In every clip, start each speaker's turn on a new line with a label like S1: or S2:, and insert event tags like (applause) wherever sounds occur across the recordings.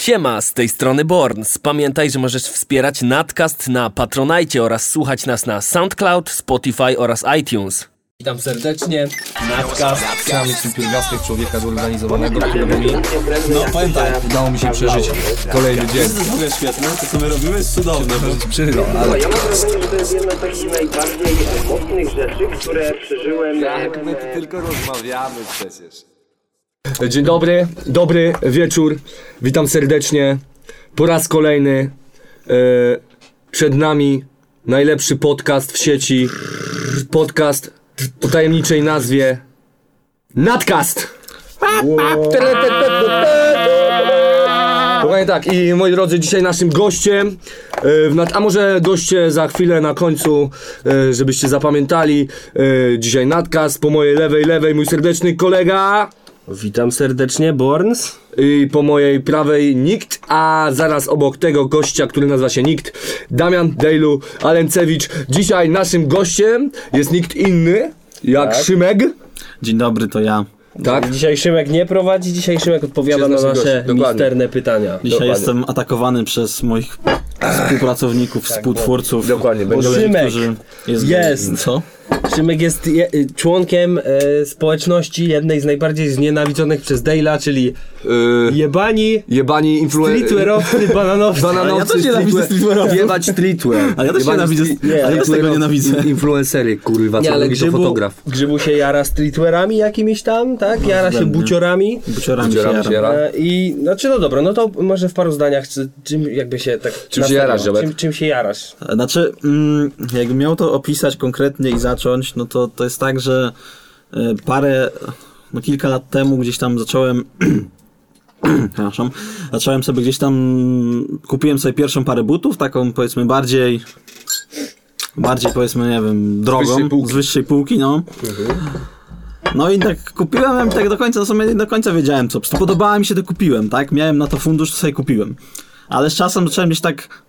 S1: Siema, z tej strony Borns. Pamiętaj, że możesz wspierać Natcast na Patronajcie oraz słuchać nas na SoundCloud, Spotify oraz iTunes. Witam serdecznie. Natcast.
S2: Przynajmniej w tym pierwiastek człowieka zorganizowanego, którego mi... No pamiętaj, udało mi się przeżyć kolejny dzień.
S3: To jest w ogóle świetne, to co my robimy jest cudowne.
S2: Przeżyć Przeżył, ale
S4: Ja mam wrażenie, że to jest jedna z takich najbardziej mocnych rzeczy, które przeżyłem.
S5: Tak, my tylko rozmawiamy przecież.
S2: Dzień dobry, dobry wieczór, witam serdecznie. Po raz kolejny e, przed nami najlepszy podcast w sieci. Podcast o tajemniczej nazwie Nadcast! Dokładnie tak, i moi drodzy, dzisiaj naszym gościem, e, w nad, a może goście za chwilę na końcu, e, żebyście zapamiętali, e, dzisiaj Nadcast, po mojej lewej, lewej mój serdeczny kolega...
S1: Witam serdecznie, Borns.
S2: I po mojej prawej nikt, a zaraz obok tego gościa, który nazywa się nikt, Damian Dejlu Alencewicz. Dzisiaj naszym gościem jest nikt inny, jak
S3: Tak.
S2: Szymek.
S3: Dzień dobry, to ja.
S2: Tak?
S1: Dzisiaj Szymek nie prowadzi, dzisiaj Szymek odpowiada
S2: Dzisiaj
S1: na
S2: jest nasz
S1: nasze
S2: gość, dokładnie.
S1: misterne pytania.
S3: Dzisiaj jestem atakowany przez moich współpracowników, współtwórców.
S2: Dokładnie, będzie-
S3: Ludzi,
S1: Szymek
S3: którzy jest,
S1: jest.
S3: Co?
S1: Szymek jest je, y, członkiem
S6: y,
S1: e, społeczności jednej z najbardziej znienawidzonych przez Dale'a, czyli
S2: Yy,
S1: jebani,
S2: jebani influencer.
S1: (laughs) streetwearowcy, bananowcy.
S2: Bananowcy,
S3: Ja też nienawidzę
S2: streetwear-
S3: streetwearowców.
S2: Jebać streetwear.
S3: Ale ja też
S2: Jebani
S3: nienawidzę-
S2: street-
S3: nie, ale ja też tego
S2: streetwearowcy,
S3: nienawidzę.
S2: Influencery, kurwa,
S1: Nie,
S2: co
S1: ale
S2: robi to
S1: grzybu,
S2: fotograf.
S1: grzybu się jara streetwearami jakimiś tam, tak? Jara się
S3: Względnie.
S1: buciorami.
S3: Buciorami się
S2: Buciorami się
S3: jaram.
S2: jaram.
S1: E, I znaczy no dobra, no to może w paru zdaniach, czy, czym jakby się tak. na serio,
S2: jarasz, Żebek?
S1: czym, czym się jarasz?
S3: Znaczy, mm, jakbym miał to opisać konkretnie i zacząć, no to to jest tak, że e, parę, no kilka lat temu gdzieś tam zacząłem, (clears throat) przepraszam, zacząłem sobie gdzieś tam, kupiłem sobie pierwszą parę butów, taką powiedzmy bardziej, bardziej powiedzmy, nie wiem, drogą, z
S2: wyższej półki. Mhm.
S3: wyższej półki no. No i tak kupiłem, ja tak do końca, w sumie nie do końca wiedziałem co. Po prostu podobała mi się, to kupiłem, tak? Miałem na to fundusz, to sobie kupiłem. Ale z czasem zacząłem gdzieś tak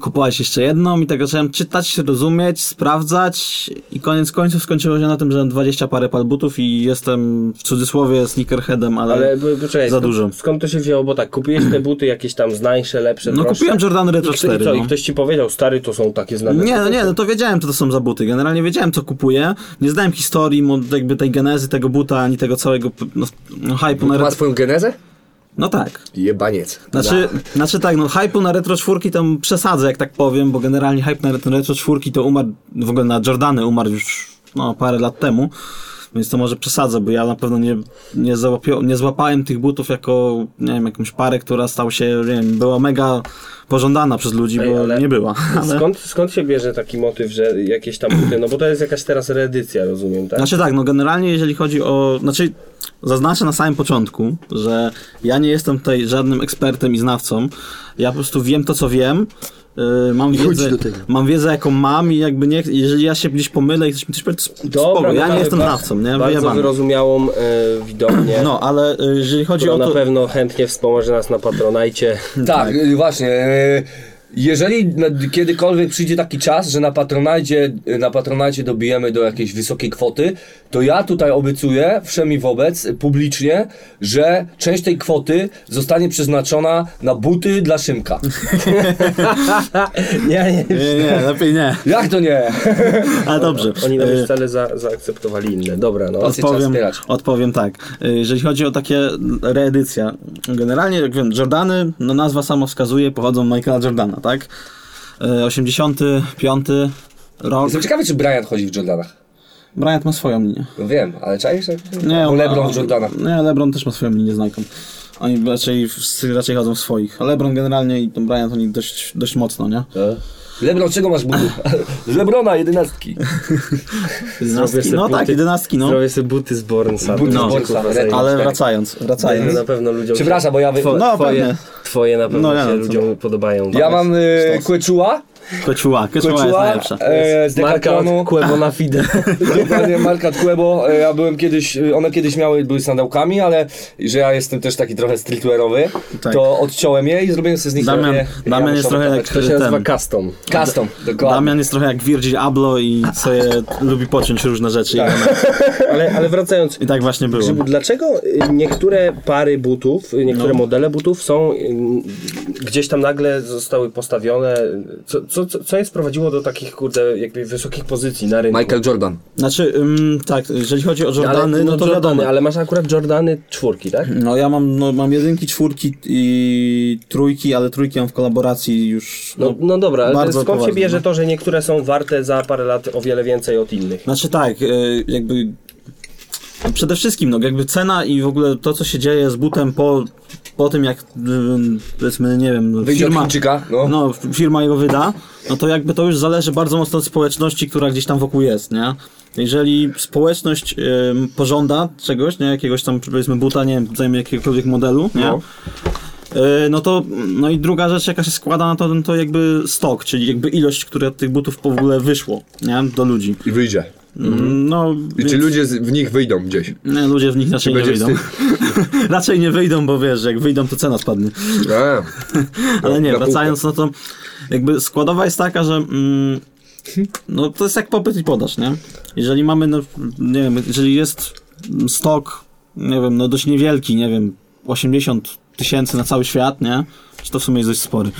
S3: kupować jeszcze jedną i tak zacząłem czytać, rozumieć, sprawdzać i koniec końców skończyło się na tym, że mam 20 parę pal butów i jestem w cudzysłowie sneakerheadem, ale,
S1: Ale bo- poczekaj,
S3: za
S1: skąd-
S3: dużo.
S1: Skąd to się wzięło? Bo tak, kupiłeś te buty jakieś tam znańsze, lepsze.
S3: No
S1: droższe.
S3: kupiłem Jordan Retro
S1: I kto-
S3: 4.
S1: I, co,
S3: no.
S1: I ktoś ci powiedział, stary, to są takie znane.
S3: Nie, no nie, no to wiedziałem, co to są za buty. Generalnie wiedziałem, co kupuję. Nie znałem historii, mo- jakby tej genezy tego buta, ani tego całego p- no, no, hype'u na
S2: Ma
S3: retro...
S2: swoją genezę?
S3: No tak.
S2: Jebaniec.
S3: Znaczy, znaczy tak, no hype'u na retro czwórki tam przesadzę, jak tak powiem, bo generalnie hype na retro, retro czwórki to umarł, w ogóle na Jordany umarł już no, parę lat temu, więc to może przesadzę, bo ja na pewno nie, nie, załapio, nie złapałem tych butów jako, nie wiem, jakąś parę, która stał się, nie wiem, była mega pożądana przez ludzi,
S1: Ej,
S3: bo
S1: ale-
S3: nie była.
S2: No.
S3: Ale...
S1: Skąd, skąd się bierze taki motyw, że jakieś tam buty? No bo to jest jakaś teraz reedycja, rozumiem, tak?
S3: Znaczy tak, no generalnie jeżeli chodzi o. Znaczy, zaznaczę na samym początku, że ja nie jestem tutaj żadnym ekspertem i znawcą. Ja po prostu wiem to, co wiem. Yy, mam, wiedzę,
S2: do tego.
S3: mam wiedzę, jaką mam i jakby nie. Jeżeli ja się gdzieś pomylę i ktoś mi coś powie, to sp- spoko. Ja
S1: mamy
S3: nie jestem
S1: ba-
S3: znawcą, nie?
S1: no tak, Bardzo
S3: Wyjebane.
S1: wyrozumiałą e, widownię.
S3: No, ale y, jeżeli chodzi
S1: która
S3: o
S1: na
S3: to.
S1: pewno chętnie wspomoże nas na
S3: (laughs)
S1: Patronajcie.
S2: No Tak, y, właśnie. y, Jeżeli na- kiedykolwiek przyjdzie taki czas, że na patronacie, na patronacie dobijemy do jakiejś wysokiej kwoty, to ja tutaj obiecuję wszemi wobec y, publicznie, że część tej kwoty zostanie przeznaczona na buty dla Szymka.
S1: (laughs) nie, nie.
S3: Nie, nie, lepiej nie.
S2: Jak to nie?
S3: Ale dobrze.
S1: Oni
S3: Y,
S1: nawet wcale za, zaakceptowali inne. Dobra, no.
S2: Od- Trzeba
S3: odpowiem,
S2: wspierać.
S3: odpowiem tak. Y, Jeżeli chodzi o takie reedycja, generalnie, jak wiem, Jordany, no nazwa sama wskazuje, pochodzą od Michaela Jordana, tak? Y, 85 rok.
S2: Jestem ciekawy, czy Brian chodzi w Jordanach.
S3: Bryant ma swoją linię.
S2: No wiem, ale czaisz?
S1: No,
S3: Nie,
S2: Bo
S3: on-
S2: Lebron
S3: on-
S2: w Jordanach.
S3: Nie, Lebron też ma swoją linię znajką. Oni raczej, wszyscy raczej chodzą w swoich. A Lebron generalnie i ten Bryant oni dość, dość mocno, nie?
S6: No.
S2: Lebron, czego masz
S6: (laughs)
S2: buty? Z (laughs) Lebrona, jedenastki.
S1: Zrobię sobie
S3: No tak,
S1: buty-
S3: jedenastki, no.
S1: Zrobię sobie buty z Bornsa.
S2: Buty z
S1: No.
S2: Bornsa,
S1: Kurwa,
S2: ale-
S1: zajmę.
S3: Ale
S2: cztery.
S3: wracając,
S1: Zajmę
S3: wracając.
S1: na pewno ludziom
S2: Przepraszam, bo ja...
S1: się...
S2: Wy...
S1: Twoje,
S3: No, pewnie.
S1: twoje na pewno
S3: No, ja
S1: się
S3: no, co-
S1: ludziom podobają.
S2: Ja mam y,
S3: Stos.
S2: Quechua
S3: Koczuła, koczuła jest
S2: Koczuła
S3: najlepsza.
S2: e, z
S6: Marka
S2: Decathlonu.
S6: od Quebo na Fide.
S2: (laughs) Dokładnie, marka od Quebo. E, Ja byłem kiedyś, e, one kiedyś miały, były sandałkami, ale że ja jestem też taki trochę streetwearowy,
S3: Tak.
S2: to odciąłem je i zrobiłem sobie z nich
S3: Damian,
S2: takie
S3: Damian jest
S2: jamuszowe
S3: trochę jak
S2: kapeczki.
S6: To się nazywa
S3: ten.
S6: custom.
S2: Custom, dokładnie.
S3: Damian jest trochę jak Virgil Abloh i sobie
S6: (laughs)
S3: lubi pociąć różne rzeczy. i
S6: Tak.
S3: one-
S6: Ale, ale wracając,
S3: I tak właśnie było.
S6: Grzybu, dlaczego y, niektóre pary butów, y, niektóre modele butów są y, gdzieś tam nagle zostały postawione? Co, co, co- co je sprowadziło do takich, kurde, jakby wysokich pozycji na rynku?
S5: Michael Jordan.
S3: Znaczy, ym, tak, jeżeli chodzi o
S6: ale,
S3: Jordany, no to
S6: Jordany,
S3: wiadomo.
S6: ale masz akurat Jordany czwórki, tak?
S3: No ja mam, no, mam jedynki, czwórki i trójki, ale trójki mam w kolaboracji już.
S6: No, no dobra, ale
S3: bardzo
S6: skąd się
S3: poważnie,
S6: bierze
S3: no.
S6: to, że niektóre są warte za parę lat o wiele więcej od innych?
S3: Znaczy tak, y, jakby no przede wszystkim, no jakby cena i w ogóle to, co się dzieje z butem po, po tym, jak y, powiedzmy, nie wiem,
S2: Wyjdzie od
S3: firma,
S2: Chińczyka, no.
S3: no, firma jego wyda, no to jakby to już zależy bardzo mocno od społeczności, która gdzieś tam wokół jest, nie? Jeżeli społeczność ym, pożąda czegoś, nie? Jakiegoś tam, powiedzmy, buta, nie wiem, zajmie jakiegokolwiek modelu, nie? No. No to, no i druga rzecz, jaka się składa na to, no to jakby stok, czyli jakby ilość, która tych butów w ogóle wyszło, nie? Do ludzi.
S7: I wyjdzie.
S3: No,
S7: Mhm. I czy
S3: więc-
S7: ludzie z- w nich wyjdą gdzieś?
S3: Nie, ludzie w nich raczej nie
S7: będzie
S3: wyjdą. (laughs) raczej nie wyjdą, bo wiesz, jak wyjdą, to cena spadnie.
S7: A,
S6: No,
S3: Ale nie,
S7: na
S3: wracając na to, jakby składowa jest taka, że mm, no to jest jak popyt i podaż, nie? Jeżeli mamy, no, nie wiem, jeżeli jest mm, stok, nie wiem, no dość niewielki, nie wiem, 80 tysięcy na cały świat, nie? Czy to w sumie jest dość spory,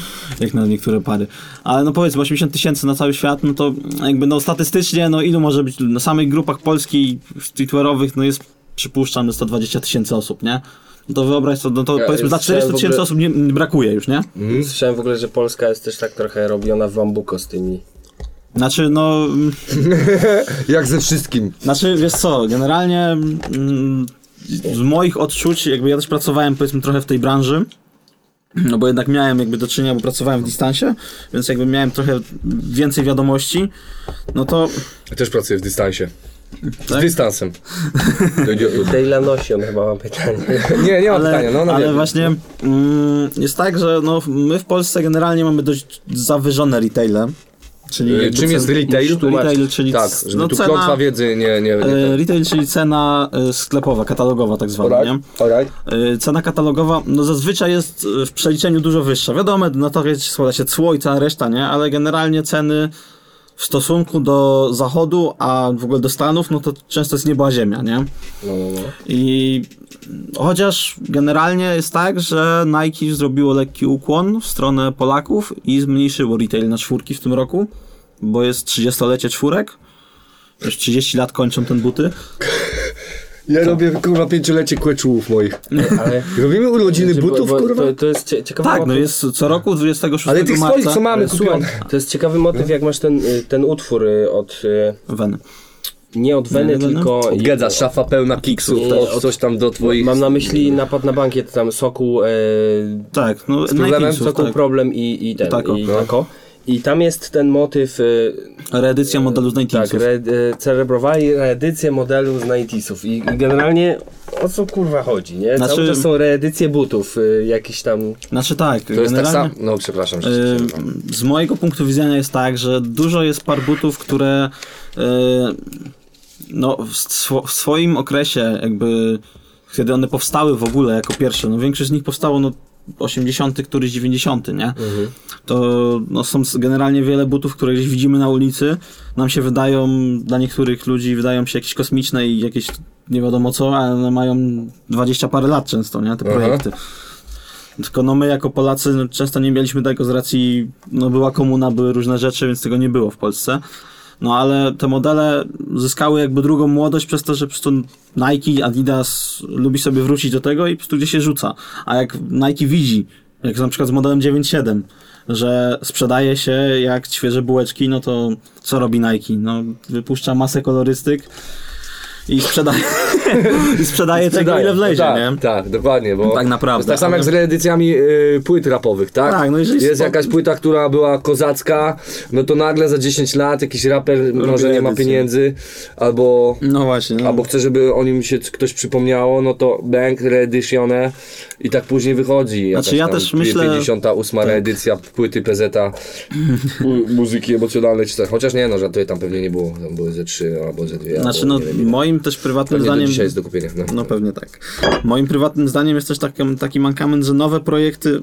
S3: jak na niektóre pary. Ale no powiedzmy 80 tysięcy na cały świat, no to mm, jakby no statystycznie, no ilu może być, na samych grupach polskich, twitterowych, no jest, przypuszczam, no 120 tysięcy osób, nie? No to wyobraź sobie, no to powiedzmy
S6: słyszałem
S3: dla 400
S6: w ogóle-
S3: tysięcy osób nie, nie brakuje już, nie?
S6: Słyszałem w ogóle, że Polska jest też tak trochę robiona w bambuko z tymi.
S3: Znaczy, no, mm,
S7: jak ze wszystkim.
S3: znaczy, wiesz co, generalnie mm, z moich odczuć, jakby ja też pracowałem, powiedzmy, trochę w tej branży, no bo jednak miałem jakby do czynienia, bo pracowałem w dystansie, więc jakby miałem trochę więcej wiadomości, no to
S7: Ja też pracuję w dystansie. Z
S3: Tak?
S7: dystansem. Do (laughs) idiotu.
S6: Dejla nosi, on chyba ma pytanie.
S2: Nie, nie mam
S3: ale,
S2: pytania, no, no
S3: ale
S2: wiem.
S3: właśnie mm, jest tak, że no, my w Polsce generalnie mamy dość zawyżone retaile, czyli...
S7: Y,
S2: Yy,
S3: jakby
S7: Czym
S3: cen-
S7: jest retail?
S3: Retail, czyli
S7: Tak,
S3: c-
S7: żeby
S3: no
S7: tu
S3: cena-
S7: klątwa wiedzy nie... nie, nie
S3: E, Retail, czyli cena e, sklepowa, katalogowa tak zwana, nie?
S2: Alright.
S3: E, Cena katalogowa no zazwyczaj jest e, w przeliczeniu dużo wyższa. Wiadomo, na to wiecie, składa się cło i cała reszta, nie? Ale generalnie ceny w stosunku do zachodu, a w ogóle do Stanów, no to często jest nieba ziemia, nie? I chociaż generalnie jest tak, że Nike zrobiło lekki ukłon w stronę Polaków i zmniejszyło retail na czwórki w tym roku, bo jest 30-lecie czwórek. Już 30 lat kończą ten buty.
S7: Ja robię kurwa pięciolecie kłeczułów moich.
S6: Ale...
S7: Robimy
S2: Znaczy,
S7: urodziny butów,
S6: Bo- bo
S7: kurwa?
S6: To, to jest cie- ciekawe.
S3: Tak, no
S6: motyw.
S3: jest co roku 26
S7: Ale tych swoich,
S3: marca.
S7: co mamy kupione.
S6: Słuchaj, to jest ciekawy motyw, jak masz ten, y, ten utwór y, od. y,
S3: Weny.
S6: Nie od Weny,
S3: Nie, Weny?
S6: tylko.
S2: Odgadza, szafa pełna kiksów,
S6: Nie,
S2: to
S6: od-
S2: coś tam do twoich...
S6: Mam na myśli napad na bankiet, tam soku. y,
S3: Tak, no
S2: problemem?
S3: Nike'sów,
S6: Soku
S3: tak.
S6: problem i, i ten.
S3: Tako.
S6: I, tako. I tam jest ten motyw. y,
S3: Reedycja modelu z Nike'sów.
S6: Tak, re, y, celebrowali reedycję modelu z 90 I, I generalnie o co kurwa chodzi, nie? Cały
S3: Znaczy-
S6: czas są reedycje butów, y, jakieś tam.
S3: Znaczy tak,
S7: To jest tak
S3: generalnie,
S7: samo... No przepraszam, że
S3: y,
S7: się przerywam.
S3: z mojego punktu widzenia jest tak, że dużo jest par butów, które y, no, w, swo, w swoim okresie jakby kiedy one powstały w ogóle jako pierwsze, no większość z nich powstało no 80., któryś 90., nie? To no, są s- generalnie wiele butów, które gdzieś widzimy na ulicy, nam się wydają, dla niektórych ludzi wydają się jakieś kosmiczne i jakieś nie wiadomo co, ale one mają 20 parę lat często, nie? Te projekty. Tylko no my jako Polacy no, często nie mieliśmy tego z racji, no była komuna, były różne rzeczy, więc tego nie było w Polsce. No ale te modele zyskały jakby drugą młodość przez to, że po prostu Nike, Adidas lubi sobie wrócić do tego i po prostu gdzieś się rzuca. A jak Nike widzi, jak na przykład z modelem 9.7, że sprzedaje się jak świeże bułeczki, no to co robi Nike? No wypuszcza masę kolorystyk
S2: (laughs)
S3: i sprzedaje, (laughs) i sprzedaje tego,
S2: Sprzedają.
S3: ile wlezie,
S2: tak,
S3: nie?
S2: Tak, dokładnie, bo
S3: Tak naprawdę.
S2: jest tak samo jak z
S3: Ale-
S2: reedycjami y, płyt rapowych, tak?
S3: Tak, no jeżeli
S2: Jest
S3: spo-
S2: jakaś płyta, która była kozacka, no to nagle za 10 lat jakiś raper może nie ma
S3: reedycję.
S2: pieniędzy, albo...
S3: No właśnie. No.
S2: Albo chce, żeby o nim się c- ktoś przypomniało, no to bank, reedycjone i tak później wychodzi. jakaś
S3: Znaczy ja
S2: tam
S3: też
S2: pi-
S3: myślę- Tak.
S2: 58 reedycja płyty PZ muzyki emocjonalnej czy tak. Chociaż nie, no żartuję, tam pewnie nie było. Tam były ze trzy albo ze dwie.
S3: Znaczy,
S2: albo
S3: no
S2: nie wiem, ile.
S3: moim też prywatnym
S2: Pewnie do
S3: zdaniem...
S2: dzisiaj jest do kupienia. No.
S3: No pewnie tak. Moim prywatnym zdaniem jest też taki, taki mankament, że nowe projekty,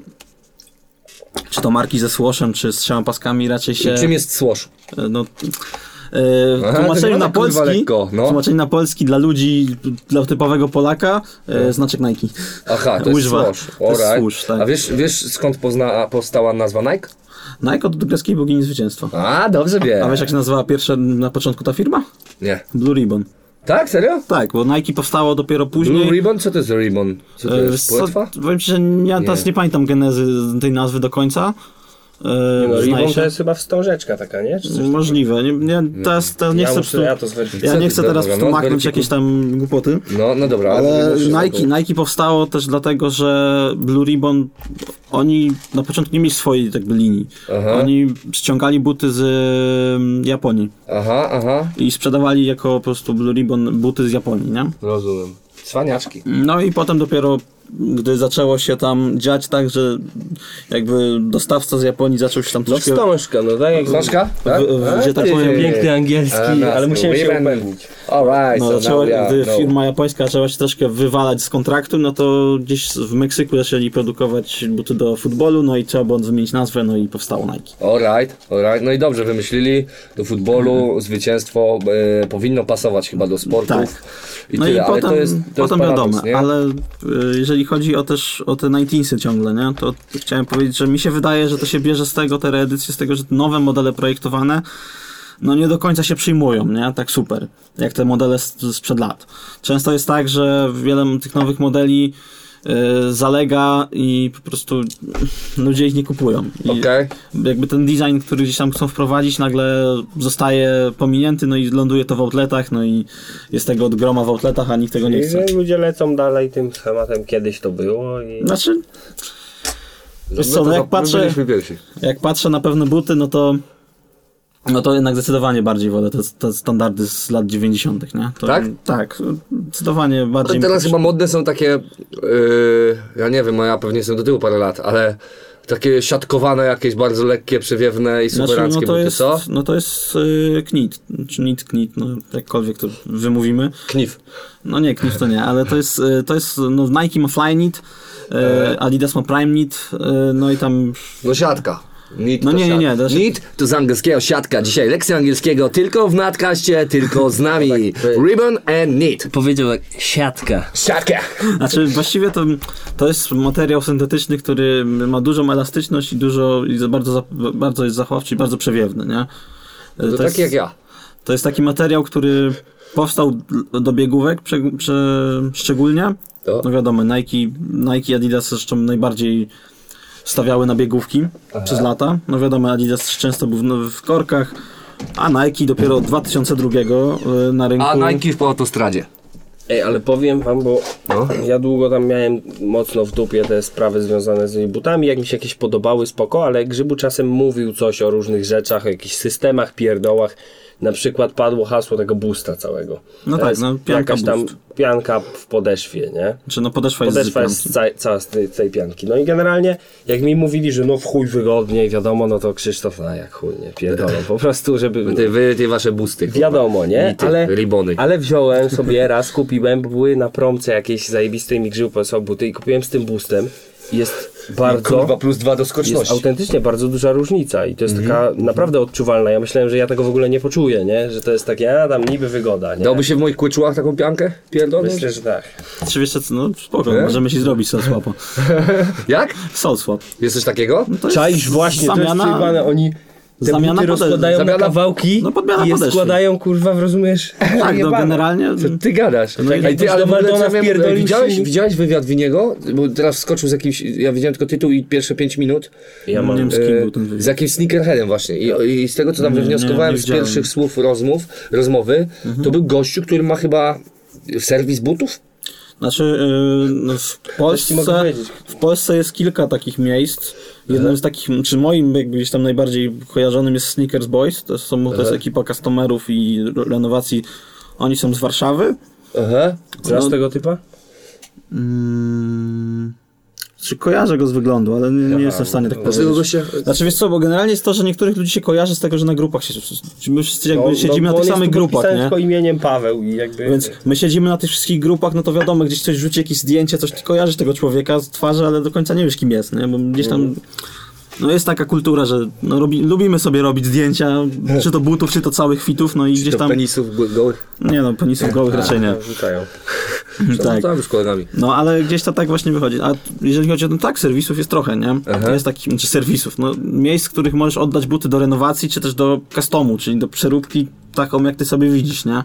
S3: czy to marki ze Słoszem, czy z trzema paskami raczej się...
S2: I Czym jest słosz?
S3: e, No, e,
S2: Aha,
S3: w tłumaczeniu
S2: to
S3: na
S2: tak, kurwa,
S3: polski,
S2: lekko, no.
S3: w tłumaczeniu na polski dla ludzi, dla typowego Polaka, e, znaczek Nike.
S2: Aha, to jest
S3: Łyżwa.
S2: słosz.
S3: To jest
S2: Alright.
S3: słosz, tak.
S2: A wiesz, wiesz skąd pozna, powstała nazwa Nike?
S3: Nike od greckiej bogini zwycięstwa.
S2: A, dobrze wiem.
S3: A wiesz jak się nazywała pierwsza na początku ta firma?
S2: Nie.
S3: Blue Ribbon.
S2: Tak, serio?
S3: Tak, bo Nike powstało dopiero później.
S2: Blue Ribbon? Co to jest Ribbon? Co to
S3: E,
S2: jest?
S3: co-
S2: Płetwa?
S3: Powiem ci, że ja teraz nie pamiętam genezy tej nazwy do końca. E,
S6: No,
S3: przyznaję
S6: Ribbon
S3: się.
S6: to jest chyba wstążeczka taka, nie? Czy coś takiego? Mm.
S3: Możliwe. Nie, nie, teraz, teraz nie
S6: ja,
S3: chcę
S6: muszę,
S3: pstu,
S6: ja to zweryfikuję.
S3: ja
S2: Co
S3: nie
S2: ty
S3: chcę
S2: za
S3: teraz
S6: No,
S2: program?
S3: tu machnąć
S2: Odberciku?
S3: jakieś tam głupoty.
S2: No, no dobra.
S3: Ale
S2: wiesz, że-
S3: Nike, Nike powstało też dlatego, że Blue Ribbon oni na początku nie mieli swojej tak by, linii.
S2: Aha.
S3: Oni ściągali buty z y, Japonii
S2: Aha, aha.
S3: i sprzedawali jako po prostu Blue Ribbon buty z Japonii, nie?
S2: Rozumiem. Cwaniaczki.
S3: No i potem dopiero, gdy zaczęło się tam dziać tak, że jakby dostawca z Japonii zaczął się tam
S6: No
S3: troszkę...
S6: wstążka, no tak jak...
S2: Książka? Tak?
S3: w- gdzie tak
S2: ty.
S3: powiem,
S6: Piękny angielski,
S2: Ananas,
S6: ale musiałem się
S2: women.
S6: upewnić.
S2: Alright,
S3: No,
S2: so
S3: zaczęła,
S2: now we are-
S3: gdy
S2: no.
S3: firma japońska zaczęła się troszkę wywalać z kontraktu, no to gdzieś w Meksyku zaczęli produkować buty do futbolu, no i trzeba było zmienić nazwę, no i powstało Nike.
S2: Alright, alright. No i dobrze, wymyślili do futbolu, zwycięstwo e, powinno pasować chyba do sportów.
S3: Tak.
S2: I
S3: no
S2: tyle,
S3: i
S2: ale
S3: potem,
S2: to jest, to
S3: potem
S2: jest
S3: wiadomo,
S2: paradoks, nie?
S3: ale y, jeżeli chodzi o też o te 19 ciągle, nie, to chciałem powiedzieć, że mi się wydaje, że to się bierze z tego, te reedycje, z tego, że nowe modele projektowane no nie do końca się przyjmują, nie? Tak super, jak te modele s- sprzed lat. Często jest tak, że wiele tych nowych modeli y, zalega i po prostu ludzie ich nie kupują. I
S2: Okej.
S3: Jakby ten design, który gdzieś tam chcą wprowadzić, nagle zostaje pominięty, no i ląduje to w outletach, no i jest tego od groma w outletach, a nikt tego nie
S6: I że
S3: chce.
S6: ludzie lecą dalej tym schematem, kiedyś to było i...
S3: Znaczy, wiesz
S2: My
S3: co,
S2: to
S3: no
S2: za-
S3: jak
S2: my
S3: patrzę,
S2: byliśmy pierwsi.
S3: jak patrzę na pewne buty, no to no to jednak zdecydowanie bardziej wolę te, te standardy z lat 90., nie? To,
S2: Tak?
S3: Tak, zdecydowanie
S2: No
S3: bardziej.
S2: i
S3: mi
S2: teraz
S3: to-
S2: chyba modne są takie, yy, ja nie wiem, no ja pewnie jestem do tyłu parę lat, ale takie siatkowane jakieś, bardzo lekkie, przewiewne i
S3: Znaczy,
S2: superanckie
S3: no to
S2: buty,
S3: jest,
S2: co?
S3: No to jest y, knit, czy nit, knit, no jakkolwiek to wymówimy.
S2: Knif.
S3: No nie, knit to nie, ale to jest, y, to jest no Nike ma fly knit, y, Adidas ma prime knit, y, no i tam
S2: No siatka. Nit
S3: No
S2: to
S3: nie, nie,
S2: siat-
S3: nie, to się-
S2: Nit to z angielskiego siatka. Dzisiaj lekcja angielskiego tylko w nadkaście, tylko z
S3: (laughs)
S2: nami.
S3: Tak,
S2: Ribbon and knit.
S1: (laughs) Powiedział tak, siatka.
S2: Siatkę.
S3: Znaczy właściwie to, to jest materiał syntetyczny, który ma dużą elastyczność i dużo i za- bardzo, za- bardzo jest zachowawczy i bardzo przewiewny, nie? E,
S2: To,
S3: jest,
S2: taki jak ja.
S3: to jest taki materiał, który powstał d- do biegówek prze, prze, szczególnie.
S2: To?
S3: No wiadomo, Nike, Nike i Adidas zresztą najbardziej stawiały na biegówki przez lata. No wiadomo, Adidas często był w, w korkach, a Nike dopiero od 2002 y, na rynku.
S2: A Nike w autostradzie.
S6: Ej, ale powiem wam, bo ja długo tam miałem mocno w dupie te sprawy związane z tymi butami, jak mi się jakieś podobały, spoko, ale Grzybu czasem mówił coś o różnych rzeczach, o jakichś systemach, pierdołach. Na przykład padło hasło tego busta całego.
S3: No
S6: To
S3: tak,
S6: jest
S3: no, pianka
S6: jakaś tam
S3: boost.
S6: pianka w podeszwie, nie?
S3: Czy no podeszwa jest z
S6: Podeszwa jest
S3: zypionki.
S6: ca cała z tej, tej pianki. No i generalnie, jak mi mówili, że no w chuj wygodniej, wiadomo, no to Krzysztof, a jak chuj, nie, pierdolą. Po prostu, żeby...
S2: Ty, wy, te wasze busty. kurwa.
S6: Wiadomo, nie?
S2: Nity,
S6: ale,
S2: ribony.
S6: ale wziąłem sobie raz, kupiłem, były na promce jakieś zajebiste i mi grzył posłał buty i kupiłem z tym bustem. Jest bardzo,
S2: plus dwa do
S6: jest autentycznie bardzo duża różnica i to jest
S7: Mhm.
S6: taka naprawdę odczuwalna. Ja myślałem, że ja tego w ogóle nie poczuję, nie? Że to jest takie, a tam niby wygoda, nie?
S2: Dałby się w moich kłyczułach taką piankę? Pierdolę?
S6: Myślę, że tak.
S3: Czy wiesz co, no spoko, możemy ci zrobić soul swapa.
S2: Jak?
S3: Soul swap.
S2: Jest coś takiego?
S3: No to jest
S6: Czaisz właśnie, to jest
S3: zamiana-
S6: przejebane. Oni te
S3: zamiana
S6: buty
S3: podesz-
S6: rozkładają
S2: zamiana-
S6: na kawałki
S3: No, podmiana
S6: i je
S3: podeszwy.
S6: składają, kurwa, rozumiesz?
S3: Tak, no generalnie...
S2: Co ty gadasz? No
S6: jak ktoś do
S2: w ogóle
S6: Madonna
S2: co ja miałem-
S6: wpierdolił
S2: widziałeś,
S6: silnik.
S2: widziałeś wywiad Winiego? Bo teraz skoczył z jakimś... Ja widziałem tylko tytuł i pierwsze pięć minut.
S6: Ja
S3: Nie
S6: mam...
S3: wiem z kim
S2: E,
S3: był ten
S2: Z
S3: wywiad.
S2: jakimś sneakerheadem właśnie. I, I
S6: No,
S2: z tego co tam
S3: nie,
S2: wywnioskowałem
S3: nie
S2: z
S3: widziałem.
S6: Mhm.
S2: pierwszych słów rozmów, rozmowy, to był gościu, który ma chyba Serwis butów?
S3: Znaczy, yy, no w,
S6: mogę
S3: Polsce,
S6: powiedzieć.
S3: w Polsce jest kilka takich miejsc. Jednym z takich, czy moim jakby gdzieś tam najbardziej kojarzonym jest Sneakers Boys. To, są, to jest ekipa customerów i re- renowacji. Oni są z Warszawy.
S2: Aha. No.
S6: Znasz tego typa?
S3: Mm, czy kojarzę go z wyglądu, ale nie, nie jestem w stanie tak
S7: Z tego
S3: powiedzieć.
S6: no
S7: gościa...
S3: Znaczy wiesz co, bo generalnie jest to, że niektórych ludzi się kojarzy z tego, że na grupach się... czy My wszyscy jakby
S6: No,
S3: siedzimy
S6: no, bo
S3: na
S6: on
S3: tych
S6: jest
S3: samych
S6: tu
S3: grupach,
S6: podpisany
S3: nie?
S6: tylko imieniem Paweł i jakby...
S3: Więc my siedzimy na tych wszystkich grupach, no to wiadomo, gdzieś coś rzuci jakieś zdjęcie, coś ty kojarzysz tego człowieka z twarzy, ale do końca nie wiesz kim jest, nie? Bo gdzieś tam. No jest taka kultura, że no robi, lubimy sobie robić zdjęcia, czy to butów, czy to całych fitów, no i gdzieś
S7: Do
S3: tam.
S7: penisów go- gołych.
S3: Nie no, penisów gołych raczej nie.
S6: Rzucają.
S3: (laughs) Tak.
S2: Tam z kolegami.
S3: No ale gdzieś to tak właśnie wychodzi. A jeżeli chodzi o ten tak, serwisów jest trochę, nie? Jest takich, czy serwisów, no miejsc, w których możesz oddać buty do renowacji, czy też do customu, czyli do przeróbki taką, jak ty sobie widzisz, nie?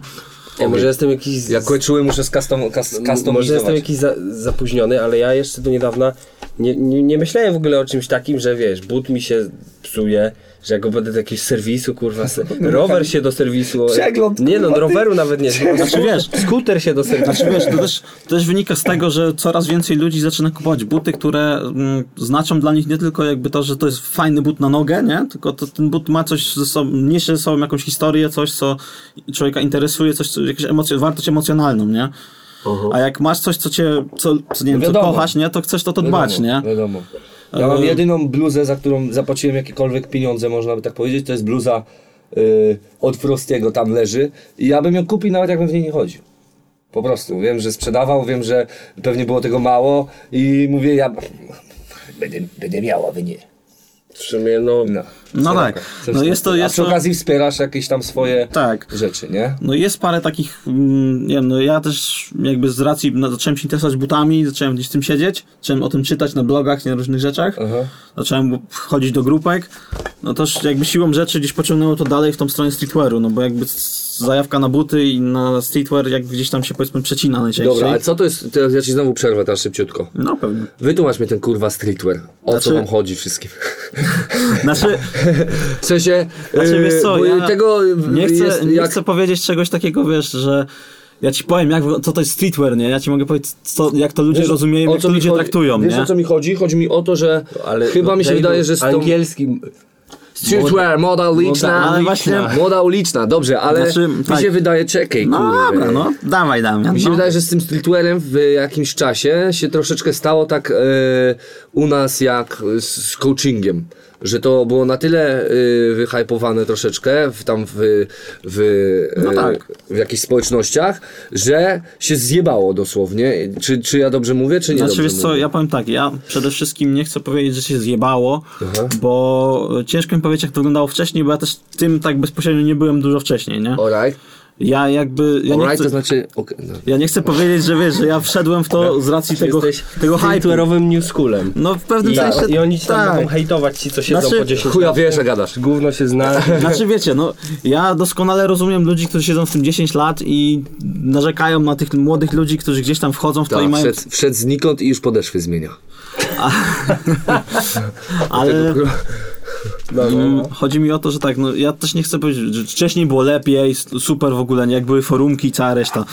S6: Ja może jestem jakiś... z-
S2: Ja kłeczuły muszę skastom, kas,
S6: M- Może
S2: customizować.
S6: jestem jakiś za, zapóźniony, ale ja jeszcze do niedawna nie, nie, nie myślałem w ogóle o czymś takim, że wiesz, but mi się psuje, że ja go będę do jakiegoś serwisu, kurwa, se, (laughs) rower się do serwisu...
S2: Przegląd,
S6: Nie no,
S2: kurwa,
S6: roweru nawet nie.
S2: (laughs)
S3: Znaczy, wiesz,
S6: skuter się do serwisu.
S3: Znaczy wiesz, to też, to też wynika z tego, że coraz więcej ludzi zaczyna kupować buty, które mm, znaczą dla nich nie tylko jakby to, że to jest fajny but na nogę, nie? Tylko to, ten but ma coś ze sobą, niesie ze sobą jakąś historię, coś, co człowieka interesuje, coś, co, jakąś emocje, wartość emocjonalną, nie? A jak masz coś, co cię, co, co nie wiem, co
S2: Wiadomo.
S3: kochasz, nie? To chcesz to, to
S2: Wiadomo,
S3: dbać, nie? E,
S2: Wiadomo. Ja mam jedyną bluzę, za którą zapłaciłem jakiekolwiek pieniądze, można by tak powiedzieć, to jest bluza y, od Frostiego, tam leży. I ja bym ją kupił nawet jakbym w niej nie chodził. Po prostu. Wiem, że sprzedawał, wiem, że pewnie było tego mało i mówię, ja będę, będę miała, wy nie.
S6: W sumie, no...
S2: No,
S3: No tak.
S2: Coś
S3: No jest to,
S2: takiego. A
S3: jest
S2: przy
S3: to,
S2: okazji wspierasz jakieś tam swoje
S3: tak.
S2: rzeczy, nie?
S3: No jest parę takich, mm, nie wiem, no ja też jakby z racji no, zacząłem się interesować butami, zacząłem gdzieś tym siedzieć, zacząłem o tym czytać na blogach, nie, na różnych rzeczach, zacząłem wchodzić do grupek, no też jakby siłą rzeczy gdzieś pociągnęło to dalej w tą stronę streetwearu, no bo jakby s- zajawka na buty i na streetwear jak gdzieś tam się powiedzmy przecina najczęściej.
S7: Dobra, ale co to jest... Teraz ja ci znowu przerwę teraz szybciutko.
S3: No pewnie.
S7: Wytłumacz mi ten kurwa streetwear. O co
S3: Znaczy-
S7: wam chodzi wszystkim? (laughs)
S3: Znaczy,
S7: W sensie...
S3: Znaczy, wiesz co,
S7: Yy, bo
S3: ja
S7: tego
S3: nie chcę,
S7: jest
S3: nie
S7: jak...
S3: chcę powiedzieć czegoś takiego, wiesz, że ja ci powiem, jak, wygląda- co to jest streetwear, nie? Ja ci mogę powiedzieć, co, jak to ludzie
S7: Wiesz,
S3: rozumieją,
S7: o
S3: jak
S7: co
S3: to
S7: mi
S3: ludzie
S7: chodzi?
S3: traktują,
S7: Wiesz
S3: nie?
S7: o co mi chodzi? Chodzi mi o to, że chyba mi się wydaje, że z tą...
S6: Angielskim...
S7: Streetwear, moda uliczna.
S3: Tak, no ale właśnie-
S7: Moda uliczna, dobrze, ale
S3: Znaczy,
S7: mi
S3: tak.
S7: się wydaje, czekaj,
S3: No
S7: kurwa.
S3: dobra, no, dawaj Damian.
S7: Mi się
S3: no.
S7: wydaje, że z tym streetwearem w jakimś czasie się troszeczkę stało tak e, u nas jak z, z coachingiem. Że to było na tyle y, wyhypowane troszeczkę w, tam w, w, e,
S3: No tak.
S7: w jakichś społecznościach, że się zjebało dosłownie. Czy, czy ja dobrze mówię, czy nie
S3: Znaczy
S7: dobrze
S3: wiesz co,
S6: no.
S7: mówię?
S3: ja powiem tak, ja przede wszystkim nie chcę powiedzieć, że się zjebało,
S7: Mhm.
S3: bo e, ciężko mi powiedzieć jak to wyglądało wcześniej, bo ja też tym tak bezpośrednio nie byłem dużo wcześniej, nie?
S7: Alright,
S3: Ja jakby, ja nie
S7: alright to
S3: chcę,
S7: znaczy... okej, no.
S3: ja nie chcę powiedzieć, że wiesz, że ja wszedłem w to z racji tego,
S6: Jesteś
S3: tego hype'u.
S6: streetwearowym new schoolem.
S3: No w pewnym
S6: I,
S3: sensie,
S6: I oni ci tam
S3: tak.
S6: będą hejtować ci, co siedzą
S3: Znaczy,
S6: po 10
S7: Chuja
S6: lat.
S7: wiesz, że gadasz.
S6: Gówno się
S3: (laughs)
S6: zna.
S3: Znaczy wiecie, no ja doskonale rozumiem ludzi, którzy siedzą w tym 10 lat i narzekają na tych młodych ludzi, którzy gdzieś tam wchodzą w to i
S7: Tak,
S3: mają...
S7: wszedł, wszedł znikąd i już podeszwy zmienia.
S3: (laughs) Ale Mm, chodzi mi o to, że tak, no ja też nie chcę powiedzieć, że wcześniej było lepiej, s- super w ogóle, nie, jak były forumki i cała reszta.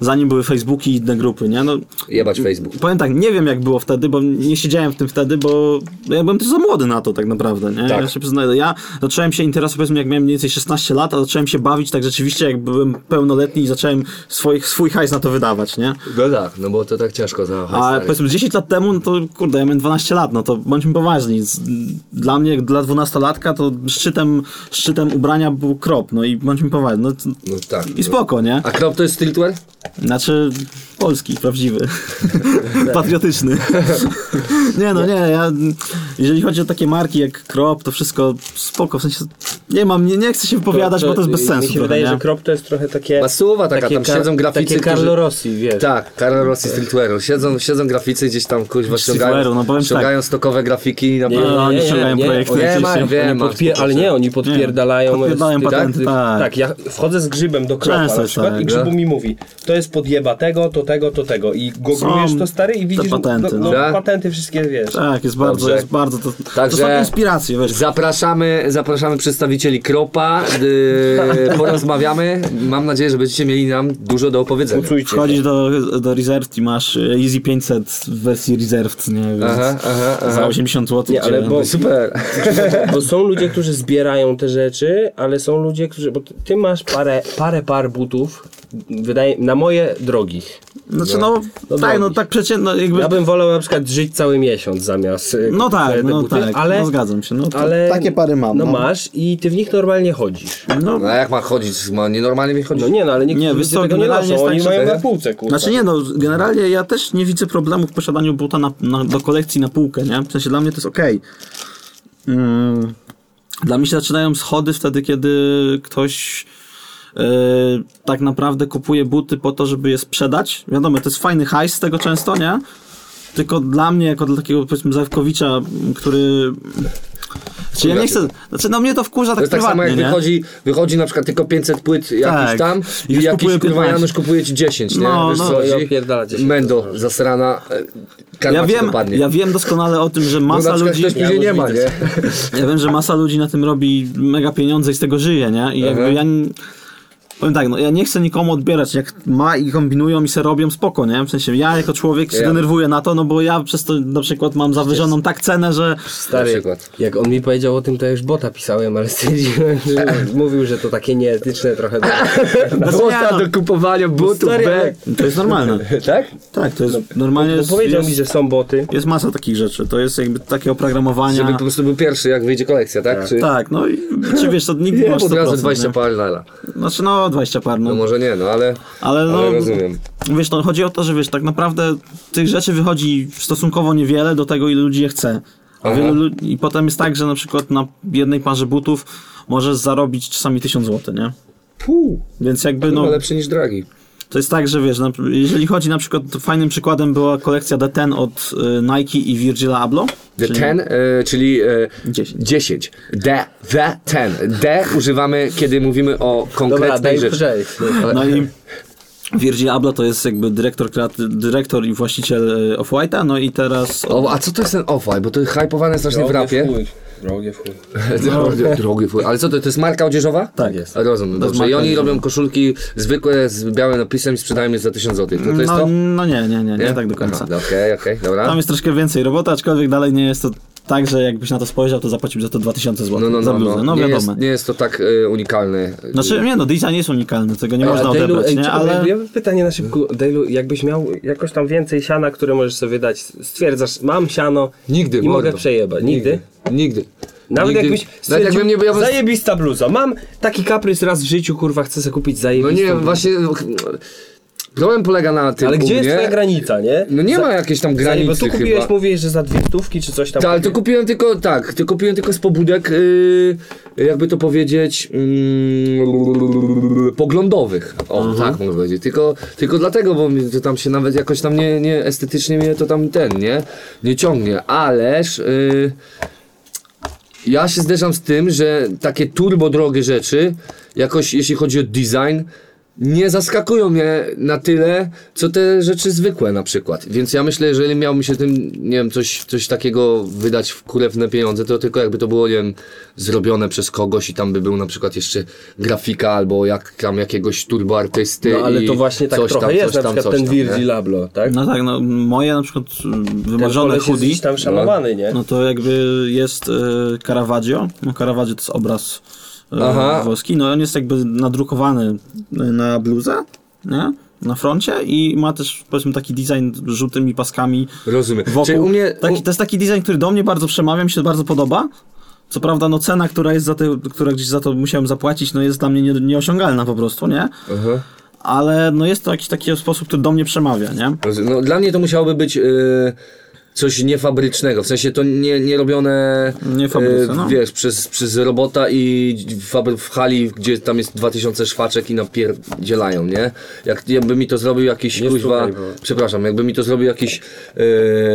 S3: Zanim były Facebooki i inne grupy, nie? No,
S7: Jebać Facebook.
S3: powiem tak, nie wiem jak było wtedy, bo nie siedziałem w tym wtedy, bo no, ja byłem też za młody na to tak naprawdę, nie? Ja się przyznaję, ja zacząłem się interesować, powiedzmy, jak miałem mniej więcej 16 lat, a zacząłem się bawić tak rzeczywiście, jak byłem pełnoletni i zacząłem swoich, swój hajs na to wydawać, nie?
S7: No tak, no bo to tak ciężko załatwić.
S3: A powiedzmy 10 lat temu, no to kurde, ja miałem 12 lat, no to bądźmy poważni. Z- Dla mnie, dla 12-latka, to szczytem, szczytem ubrania był krop, no i bądźmy poważni. No, t-
S7: No tak.
S3: I spoko, nie?
S7: A krop to jest streetwear?
S3: Znaczy, polski, prawdziwy. Patriotyczny. nie no, nie, ja... Jeżeli chodzi o takie marki jak krop, to wszystko spoko, w sensie... Nie mam, nie, nie chcę się wypowiadać, bo to jest bez sensu.
S6: Mi się
S3: trochę,
S6: wydaje,
S3: nie?
S6: że krop to jest trochę takie...
S3: Znaczy-
S7: Masułowa taka, tam
S6: kar-
S7: siedzą graficy,
S6: Takie Carlo
S7: którzy-
S6: Rossi, wiesz.
S7: Tak, Karol Rossi streetwearu. Siedzą, siedzą graficy gdzieś tam, kuźwa, ściągają,
S3: Streetwearu, no powiem tak.
S7: ściągają stokowe grafiki i na
S3: nie,
S7: pewno...
S3: No, oni ściągają projekty,
S7: nie,
S3: oczywiście.
S7: ma, wiem,
S6: Oni
S7: ma.
S6: podpier- ale nie, oni podpierdalają.
S3: Nie, podpierdalają
S6: tak?
S3: patenty, tak.
S6: tak, ja wchodzę z grzybem do kropa
S3: Często
S6: na
S3: jest
S6: przykład
S3: tak,
S6: i grzybu mi mówi, to jest podjeba tego, to tego, to tego. I googlujesz
S3: Są
S6: to stary i widzisz,
S3: patenty,
S6: no,
S7: no.
S6: no, patenty wszystkie wiesz.
S3: Tak, jest bardzo,
S7: Dobrze.
S3: jest bardzo... To, to
S7: Także-
S3: są inspiracje, wiesz.
S7: Zapraszamy, zapraszamy przedstawicieli Kropa.
S3: (laughs)
S7: Yy, porozmawiamy. Mam nadzieję, że będziecie mieli nam dużo do opowiedzenia.
S3: Wchodzisz do, do Reserved i masz Easy 500 w wersji Reserved, nie? Więc
S7: Aha, aha,
S3: Za
S7: aha.
S3: 80 zł.
S2: Nie, ale
S3: cię-
S2: bo,
S7: Super.
S2: (laughs) bo są ludzie, którzy zbierają te rzeczy, ale są ludzie, którzy. Bo ty- ty masz parę, parę par butów, wydaje na moje drogich.
S3: Znaczy no, tak, no
S2: dobra.
S3: tak przeciętno jakby...
S2: Ja bym wolał na przykład żyć cały miesiąc zamiast. e,
S3: No
S2: kupić
S3: tak,
S2: sobie te
S3: no
S2: buty,
S3: tak,
S2: ale,
S3: no zgadzam się. No, to,
S2: ale
S3: takie pary mam.
S2: No masz i ty w nich normalnie chodzisz.
S3: No,
S7: No a jak ma chodzić? Ma nienormalnie mi chodzi.
S2: No nie, no ale niektórzy
S3: Nie,
S2: nie,
S3: wiesz co,
S2: ludzie tego nie
S3: generalnie
S2: noszą,
S3: jest tak,
S2: oni
S3: że
S2: mają
S3: to
S2: na
S3: jest-
S2: półce, kurwa.
S3: Znaczy nie no, generalnie ja też nie widzę problemu w posiadaniu buta na, na, do kolekcji na półkę, nie? W sensie dla mnie to jest okej. Mm, Dla mnie się zaczynają schody wtedy, kiedy ktoś e, tak naprawdę kupuje buty po to, żeby je sprzedać. Wiadomo, to jest fajny hajs z tego często, nie? Tylko dla mnie, jako dla takiego powiedzmy Zawkowicza, m, który... Znaczy ja nie chcę... Znaczy no mnie to wkurza
S7: To
S3: tak
S7: jest tak samo
S3: prywatnie,
S7: jak
S3: nie?
S7: wychodzi, wychodzi na przykład tylko 500 płyt jakiś
S3: Tak.
S7: tam
S3: I
S7: i
S3: już
S7: jakiś
S3: kupuje
S7: kurwa
S3: 15.
S7: Janusz kupuje ci 10, nie?
S3: No,
S7: Wiesz
S3: no.
S7: co chodzi?
S2: Ja odpierdala 10.
S7: Mendo, zasrana, e, karma
S3: Ja
S7: ci
S3: wiem,
S7: dopadnie.
S3: ja wiem doskonale o tym, że
S7: Bo No na
S3: masa
S7: przykład
S3: ludzi...
S7: ktoś później nie ma, nie?
S3: Ja wiem, że masa ludzi na tym robi mega pieniądze i z tego żyje, nie? I jakby
S7: Mhm.
S3: ja... n- Powiem tak, no ja nie chcę nikomu odbierać, jak ma i kombinują i se robią, spoko, nie? W sensie ja jako człowiek się
S7: Ja-
S3: denerwuję na to, no bo ja przez to na przykład mam zawyżoną tak cenę, że...
S7: Na przykład.
S2: Jak on mi powiedział o tym, to ja już bota pisałem, ale stwierdziłem, że mówił, że to takie nieetyczne trochę. No,
S3: Bota do
S7: kupowania butów,
S2: Stary, ale-
S3: To jest normalne.
S7: (laughs) Tak?
S3: Tak, to jest normalnie...
S2: Bo
S3: Jest,
S2: powiedział mi,
S3: jest,
S2: że są boty.
S3: jest masa takich rzeczy, to jest jakby takie
S7: Żeby
S3: oprogramowania...
S7: po prostu był pierwszy, jak wyjdzie kolekcja, tak? Czy,
S3: Tak, no i czy wiesz, to nigdy nie
S7: (laughs) Nie,
S3: masz
S7: od razu
S3: 100%,
S7: 20
S3: nie?
S7: par lala.
S3: Znaczy no 20 par,
S7: No
S3: no.
S7: może nie, no ale,
S3: Ale no...
S7: ale rozumiem.
S3: Wiesz, no, chodzi o to, że wiesz, tak naprawdę tych rzeczy wychodzi stosunkowo niewiele do tego, ile ludzi je chce. A
S7: Aha.
S3: wielu lu- I potem jest tak, że na przykład na jednej parze butów możesz zarobić czasami 1000 zł, nie?
S7: Puu,
S3: Więc jakby,
S7: no
S3: no,
S7: lepszy niż dragi.
S3: to jest tak, że wiesz, na, jeżeli chodzi na przykład, to fajnym przykładem była kolekcja D10 od y, Nike i Virgila Abloh.
S7: The
S3: czyli-
S7: 10, e, czyli e,
S3: 10.
S7: 10. D, the 10. D używamy, kiedy mówimy o
S2: Dobra,
S7: konkretnej
S2: daj
S7: rzeczy.
S2: przejść.
S3: No i Virgil Abloh to jest jakby dyrektor, kreaty- dyrektor i właściciel y, Off-White'a, no i teraz...
S7: O, a co to jest ten off-white? Bo to jest hypowane strasznie w rapie. (laughs)
S2: Drogie w chuj.
S7: Drogi- Drogi fuj. Ale co to, to jest marka odzieżowa?
S3: No. Tak jest.
S7: Rozumiem,
S3: To jest
S7: dobrze. I
S3: marka
S7: oni
S3: odzieżowa.
S7: robią koszulki zwykłe z białym napisem i sprzedają je za 1000 zł. To, to jest
S3: no,
S7: to?
S3: no nie, nie, nie, nie, tak do końca.
S7: Aha, no Okej, okej, dobra.
S3: Tam jest troszkę więcej roboty, aczkolwiek dalej nie jest to tak, że jakbyś na to spojrzał, to zapłacił za to 2000 zł.
S7: No, no,
S3: za
S7: no,
S3: bluzę.
S7: no.
S3: No,
S7: nie,
S3: wiadomo.
S7: jest, nie jest to tak e, unikalne.
S3: Znaczy, nie no, design jest unikalny, tego nie można
S2: Dejlu,
S3: odebrać,
S2: ej,
S3: nie?
S2: czekaj,
S3: Ale
S2: Ja mam pytanie na szybko. Dejlu, jakbyś miał jakoś tam więcej siana, które możesz sobie dać, stwierdzasz, mam siano
S7: Nigdy,
S2: i mogę
S7: mordo.
S2: przejebać. Nigdy?
S7: Nigdy.
S2: Nawet
S7: Nigdy.
S2: jakbyś
S7: Nawet
S2: stwierdził,
S7: jakbym nie ja bym-
S2: zajebista bluza, mam taki kaprys raz w życiu, kurwa, chcę sobie kupić
S7: No
S2: zajebistą
S7: nie,
S2: bluzę.
S7: właśnie... no, Problem polega na tym
S2: Ale
S7: u
S2: gdzie jest
S7: mnie-
S2: twoja granica, nie?
S7: No nie ma jakiejś tam
S2: Zaje-
S7: granicy
S2: Bo tu kupiłeś,
S7: chyba.
S2: mówiłeś, że za dwie stówki czy coś tam.
S6: No,
S7: Tak, ale to kupiłem tylko, tak, to kupiłem tylko z pobudek, yy, jakby to powiedzieć, mm, poglądowych, o,
S2: Mhm.
S7: tak mogę powiedzieć, tylko, tylko dlatego, bo mi to tam się nawet jakoś tam nie, nie, estetycznie mnie to tam ten, nie, nie ciągnie, ależ... Yy, ja się zderzam z tym, że takie turbo drogie rzeczy, jakoś jeśli chodzi o design, nie zaskakują mnie na tyle, co te rzeczy zwykłe na przykład. Więc ja myślę, jeżeli miał mi się tym, nie wiem, coś, coś takiego wydać w kurewne pieniądze, to tylko jakby to było, nie wiem, zrobione przez kogoś i tam by był na przykład jeszcze grafika albo jak tam jakiegoś turbo artysty
S2: No ale
S7: i
S2: to właśnie tak
S7: coś
S2: trochę
S7: tam,
S2: jest,
S7: coś
S2: na
S7: tam,
S2: przykład
S7: coś
S2: ten
S7: tam, nie?
S2: Virgil Abloh, tak?
S3: no tak, no moje na przykład y,
S2: Ten
S3: wymarzone
S2: koleś jest
S3: hoodie,
S2: gdzieś tam szanowany, nie?
S3: no to jakby jest y, Caravaggio. No Caravaggio to jest obraz y,
S7: Aha.
S3: włoski, no on jest jakby nadrukowany y, na bluzę, nie? Na froncie i ma też powiedzmy taki design z żółtymi paskami,
S7: Rozumiem.
S3: wokół.
S7: Czyli u mnie,
S3: taki, to jest taki design, który do mnie bardzo przemawia, mi się bardzo podoba. Co prawda, no cena, która jest za te, która gdzieś za to musiałem zapłacić, no jest dla mnie nie, nieosiągalna po prostu, nie?
S7: Aha.
S3: Ale no jest to jakiś taki sposób, który do mnie przemawia, nie?
S7: Rozum- No, dla mnie to musiałoby być y, coś niefabrycznego, w sensie to nie, nie robione
S3: Nie fabryce,
S7: y,
S3: no.
S7: wiesz, przez, przez robota i w, fabry- w hali, gdzie tam jest 2000 szwaczek i napierdzielają, nie? Jak, jakby mi to zrobił jakiś kuźwa,
S2: stukaj, bo-
S7: przepraszam, jakby mi to zrobił jakiś y,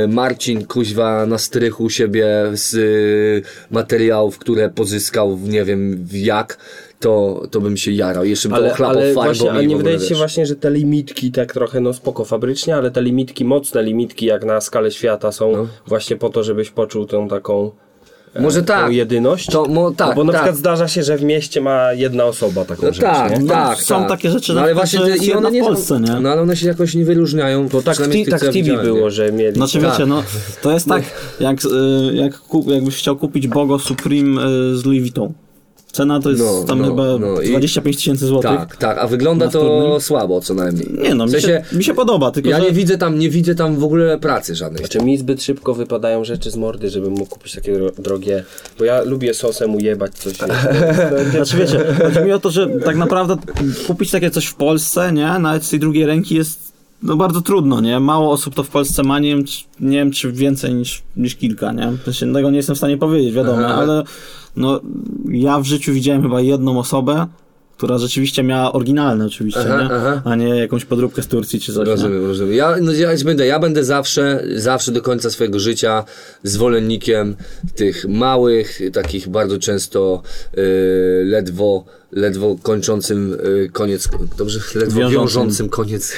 S7: Marcin kuźwa na strychu siebie z y, materiałów, które pozyskał, w- nie wiem w jak, to, to bym się jarał, jeszcze bym to
S2: Ale,
S7: ochlapał
S2: ale
S7: farbą
S2: właśnie,
S7: i
S2: ale
S7: w
S2: nie
S7: ogóle,
S2: wydaje ci się
S7: wiesz.
S2: właśnie, że te limitki tak trochę, no spoko fabrycznie, ale te limitki, mocne limitki jak na skalę świata są właśnie po to, żebyś poczuł tą taką
S7: No. Może tak.
S6: tą jedyność.
S7: To mo- tak,
S6: no bo na
S7: tak.
S6: przykład zdarza się, że w mieście ma jedna osoba taką
S7: No
S6: rzecz,
S7: tak,
S6: nie?
S7: tak,
S3: są
S7: tak.
S3: takie rzeczy, na
S7: ale
S3: przykład,
S7: właśnie
S3: że
S7: te-
S3: jest
S7: i one
S3: jedna w
S7: nie są-
S3: Polsce, nie?
S7: No ale one się jakoś nie wyróżniają. To
S6: Tak, ti- tak w TV było, że mieli.
S3: Znaczy
S7: Tak. No.
S3: wiecie, no to jest tak, jak, y, jak ku, jakbyś chciał kupić Bogo Supreme y, z Louis Vuitton. Cena to jest
S7: No,
S3: tam
S7: no,
S3: chyba
S7: no i-
S3: 25 tysięcy złotych.
S7: Tak, tak, a wygląda
S3: Na
S7: to
S3: wtórnym?
S7: słabo co najmniej.
S3: Nie no,
S7: w
S3: mi,
S7: sensie,
S3: się, mi się podoba, tylko
S7: ja
S3: że...
S7: nie widzę tam, nie widzę tam w ogóle pracy żadnej.
S6: Znaczy mi zbyt szybko wypadają rzeczy z mordy, żebym mógł kupić takie dro- drogie, bo ja lubię sosem ujebać coś.
S3: Znaczy wiecie, chodzi mi o to, że tak naprawdę kupić takie coś w Polsce, nie? Nawet z tej drugiej ręki jest no bardzo trudno, nie? Mało osób to w Polsce ma, nie wiem, czy, nie wiem, czy więcej niż, niż kilka, nie? W sensie, tego nie jestem w stanie powiedzieć, wiadomo,
S7: Aha.
S3: ale no ja w życiu widziałem chyba jedną osobę, która rzeczywiście miała oryginalne oczywiście,
S7: Aha,
S3: nie?
S7: aha.
S3: A nie jakąś podróbkę z Turcji czy coś, nie?
S7: Rozumiem, rozumiem. Ja, no, ja będę, ja będę zawsze, zawsze do końca swojego życia zwolennikiem tych małych, takich bardzo często e, ledwo, ledwo kończącym e, koniec, dobrze, ledwo wiążącym,
S3: Wiążącym.
S7: koniec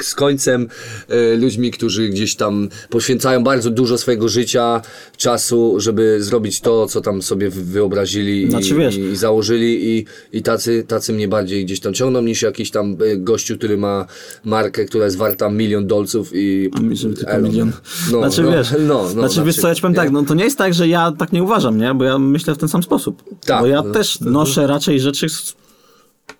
S7: z końcem e, ludźmi, którzy gdzieś tam poświęcają bardzo dużo swojego życia, czasu, żeby zrobić to, co tam sobie wy- wyobrazili
S3: Znaczy,
S7: i,
S3: wiesz,
S7: i i założyli i, i tacy, tacy mnie bardziej gdzieś tam ciągną niż jakiś tam e, gościu, który ma markę, która jest warta milion dolców i...
S3: A mi, że tylko
S7: Elon.
S3: milion.
S7: No,
S3: znaczy
S7: no,
S3: wiesz,
S7: no, no,
S3: znaczy
S7: na
S3: wiesz co, ja ci powiem
S7: przykład,
S3: tak,
S7: nie?
S3: no to nie jest tak, że ja tak nie uważam, nie? Bo ja myślę w ten sam sposób.
S7: Tak.
S3: Bo ja też noszę raczej rzeczy z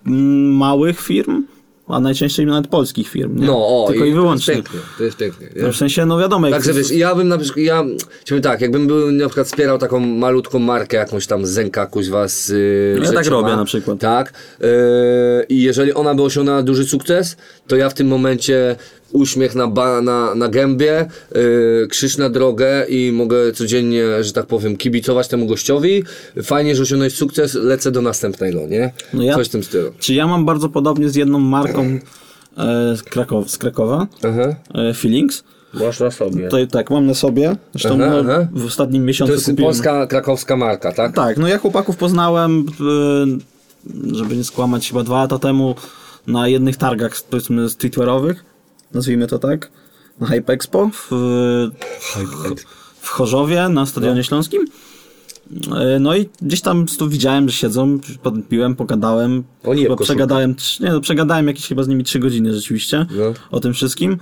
S3: mm, małych firm, a najczęściej nawet polskich firm, nie?
S7: No, o,
S3: Tylko i,
S7: to
S3: wyłącznie.
S7: jest pięknie, to jest pięknie. nie?
S3: No, w sensie, no wiadomo, jak
S7: Także wiesz, ja bym na przykład, ja, ci powiem tak, jakbym był na przykład wspierał taką malutką markę, jakąś tam Zenka kuźwa z y,
S3: Ja tak
S7: rzeczoma,
S3: robię na przykład.
S7: Tak, y, i jeżeli ona by osiągnęła duży sukces, to ja w tym momencie uśmiech na, ba, na, na gębie, y, krzyż na drogę i mogę codziennie, że tak powiem, kibicować temu gościowi. Fajnie, że osiągnąłeś sukces, lecę do następnego, nie?
S3: No ja-
S7: Coś w tym stylu.
S3: Czy ja mam bardzo podobnie z jedną marką e, z, Krakow, z Krakowa,
S7: Aha.
S3: e, Feelings.
S6: Masz na sobie.
S3: To i tak, mam na sobie. Zresztą
S7: Aha,
S3: no,
S7: aha.
S3: w ostatnim miesiącu
S7: To jest
S3: kupiłem.
S7: polska, krakowska marka, tak?
S3: Tak, no ja chłopaków poznałem, y, żeby nie skłamać, chyba dwa lata temu na jednych targach, powiedzmy, streetwearowych, nazwijmy to tak, na Hype Expo w, y, w Chorzowie na
S7: No.
S3: Stadionie Śląskim. Y, No i gdzieś tam tu widziałem, że siedzą, podpiłem, pogadałem,
S7: O nie,
S3: chyba
S7: koszulka.
S3: przegadałem, trz- nie, no, przegadałem jakieś chyba z nimi trzy godziny rzeczywiście
S7: No.
S3: o tym wszystkim.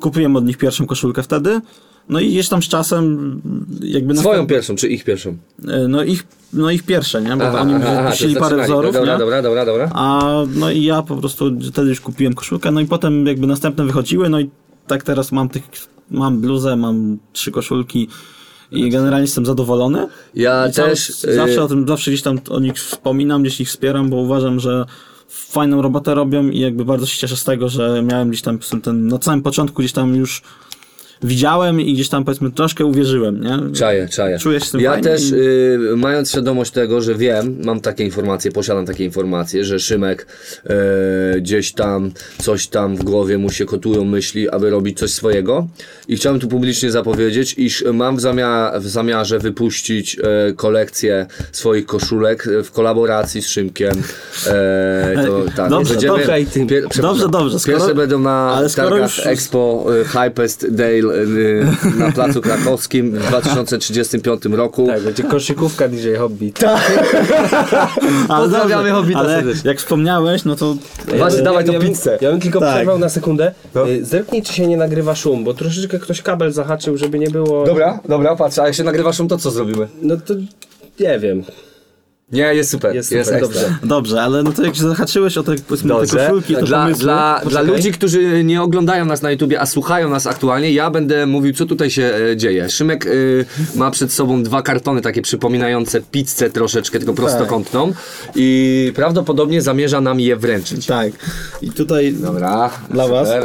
S3: Kupiłem od nich pierwszą koszulkę wtedy, no i gdzieś tam z czasem jakby...
S7: Swoją
S3: następ-
S7: pierwszą, czy ich pierwszą?
S3: E, No ich, no ich pierwsze, nie? Bo oni wypuścili
S7: to
S3: parę
S7: zaczynali. tak,
S3: wzorów,
S7: Dobra,
S3: nie?
S7: dobra, dobra, dobra.
S3: A no i ja po prostu wtedy już kupiłem koszulkę, no i potem jakby następne wychodziły, no i tak teraz mam tych, mam bluzę, mam trzy koszulki i generalnie jestem zadowolony.
S7: Ja
S3: I cały-
S7: też. y,
S3: zawsze o tym, zawsze gdzieś tam o nich wspominam, gdzieś ich wspieram, bo uważam, że fajną robotę robią i jakby bardzo się cieszę z tego, że miałem gdzieś tam powiedzmy, ten, na samym początku gdzieś tam już widziałem i gdzieś tam powiedzmy troszkę uwierzyłem, nie?
S7: Czaję, czaję.
S3: Czuję się z tym
S7: ja
S3: fajnie
S7: też,
S3: i-
S7: y, mając świadomość tego, że wiem, mam takie informacje, posiadam takie informacje, że Szymek y, gdzieś tam, coś tam w głowie mu się kotują myśli, aby robić coś swojego. I chciałem tu publicznie zapowiedzieć, iż mam w, zamia- w zamiarze wypuścić y, kolekcję swoich koszulek y, w kolaboracji z Szymkiem. E,
S3: (laughs)
S7: to, tak,
S3: Dobrze, dobrze, i ty.
S7: pier- przepraszam.
S3: Dobrze, dobrze, skoro-
S7: Pierwsze będą na
S3: ale skoro
S7: targach
S3: już-
S7: Expo y, Hypest Dale y, na Placu Krakowskim w 2035 roku.
S6: (laughs) Tak, będzie koszykówka DJ Hobbit.
S3: Ale
S7: Pozdrawiamy
S3: dobrze,
S7: Hobbita
S3: ale
S7: serdecznie.
S3: jak wspomniałeś, no to
S7: Właśnie
S6: Ja-
S7: dawaj
S6: ja
S7: tą
S6: bym-
S7: pizzę.
S6: Ja bym tylko
S3: Tak.
S6: przerwał na sekundę. Y, Zerknij, czy się nie nagrywa szum, bo troszeczkę ktoś kabel zahaczył, żeby nie było...
S7: Dobra, dobra, patrz, a jak się nagrywasz, to co zrobimy?
S6: No to nie wiem.
S7: Nie, jest super,
S6: Jest
S7: jest,
S6: super,
S7: ekstra.
S6: dobrze.
S3: dobrze, ale no to jak się zahaczyłeś o te, powiedzmy, te
S7: Dobrze.
S3: koszulki, to
S7: Dla,
S3: pomysły,
S7: dla, dla
S3: Poczekaj.
S7: ludzi, którzy nie oglądają nas na YouTubie, a słuchają nas aktualnie, ja będę mówił, co tutaj się e, dzieje. Szymek y, ma przed sobą dwa kartony takie przypominające pizzę troszeczkę, tylko
S3: Tak.
S7: prostokątną i prawdopodobnie zamierza nam je wręczyć.
S3: Tak. I tutaj... no,
S7: Dobra,
S3: Dla was.
S7: Y,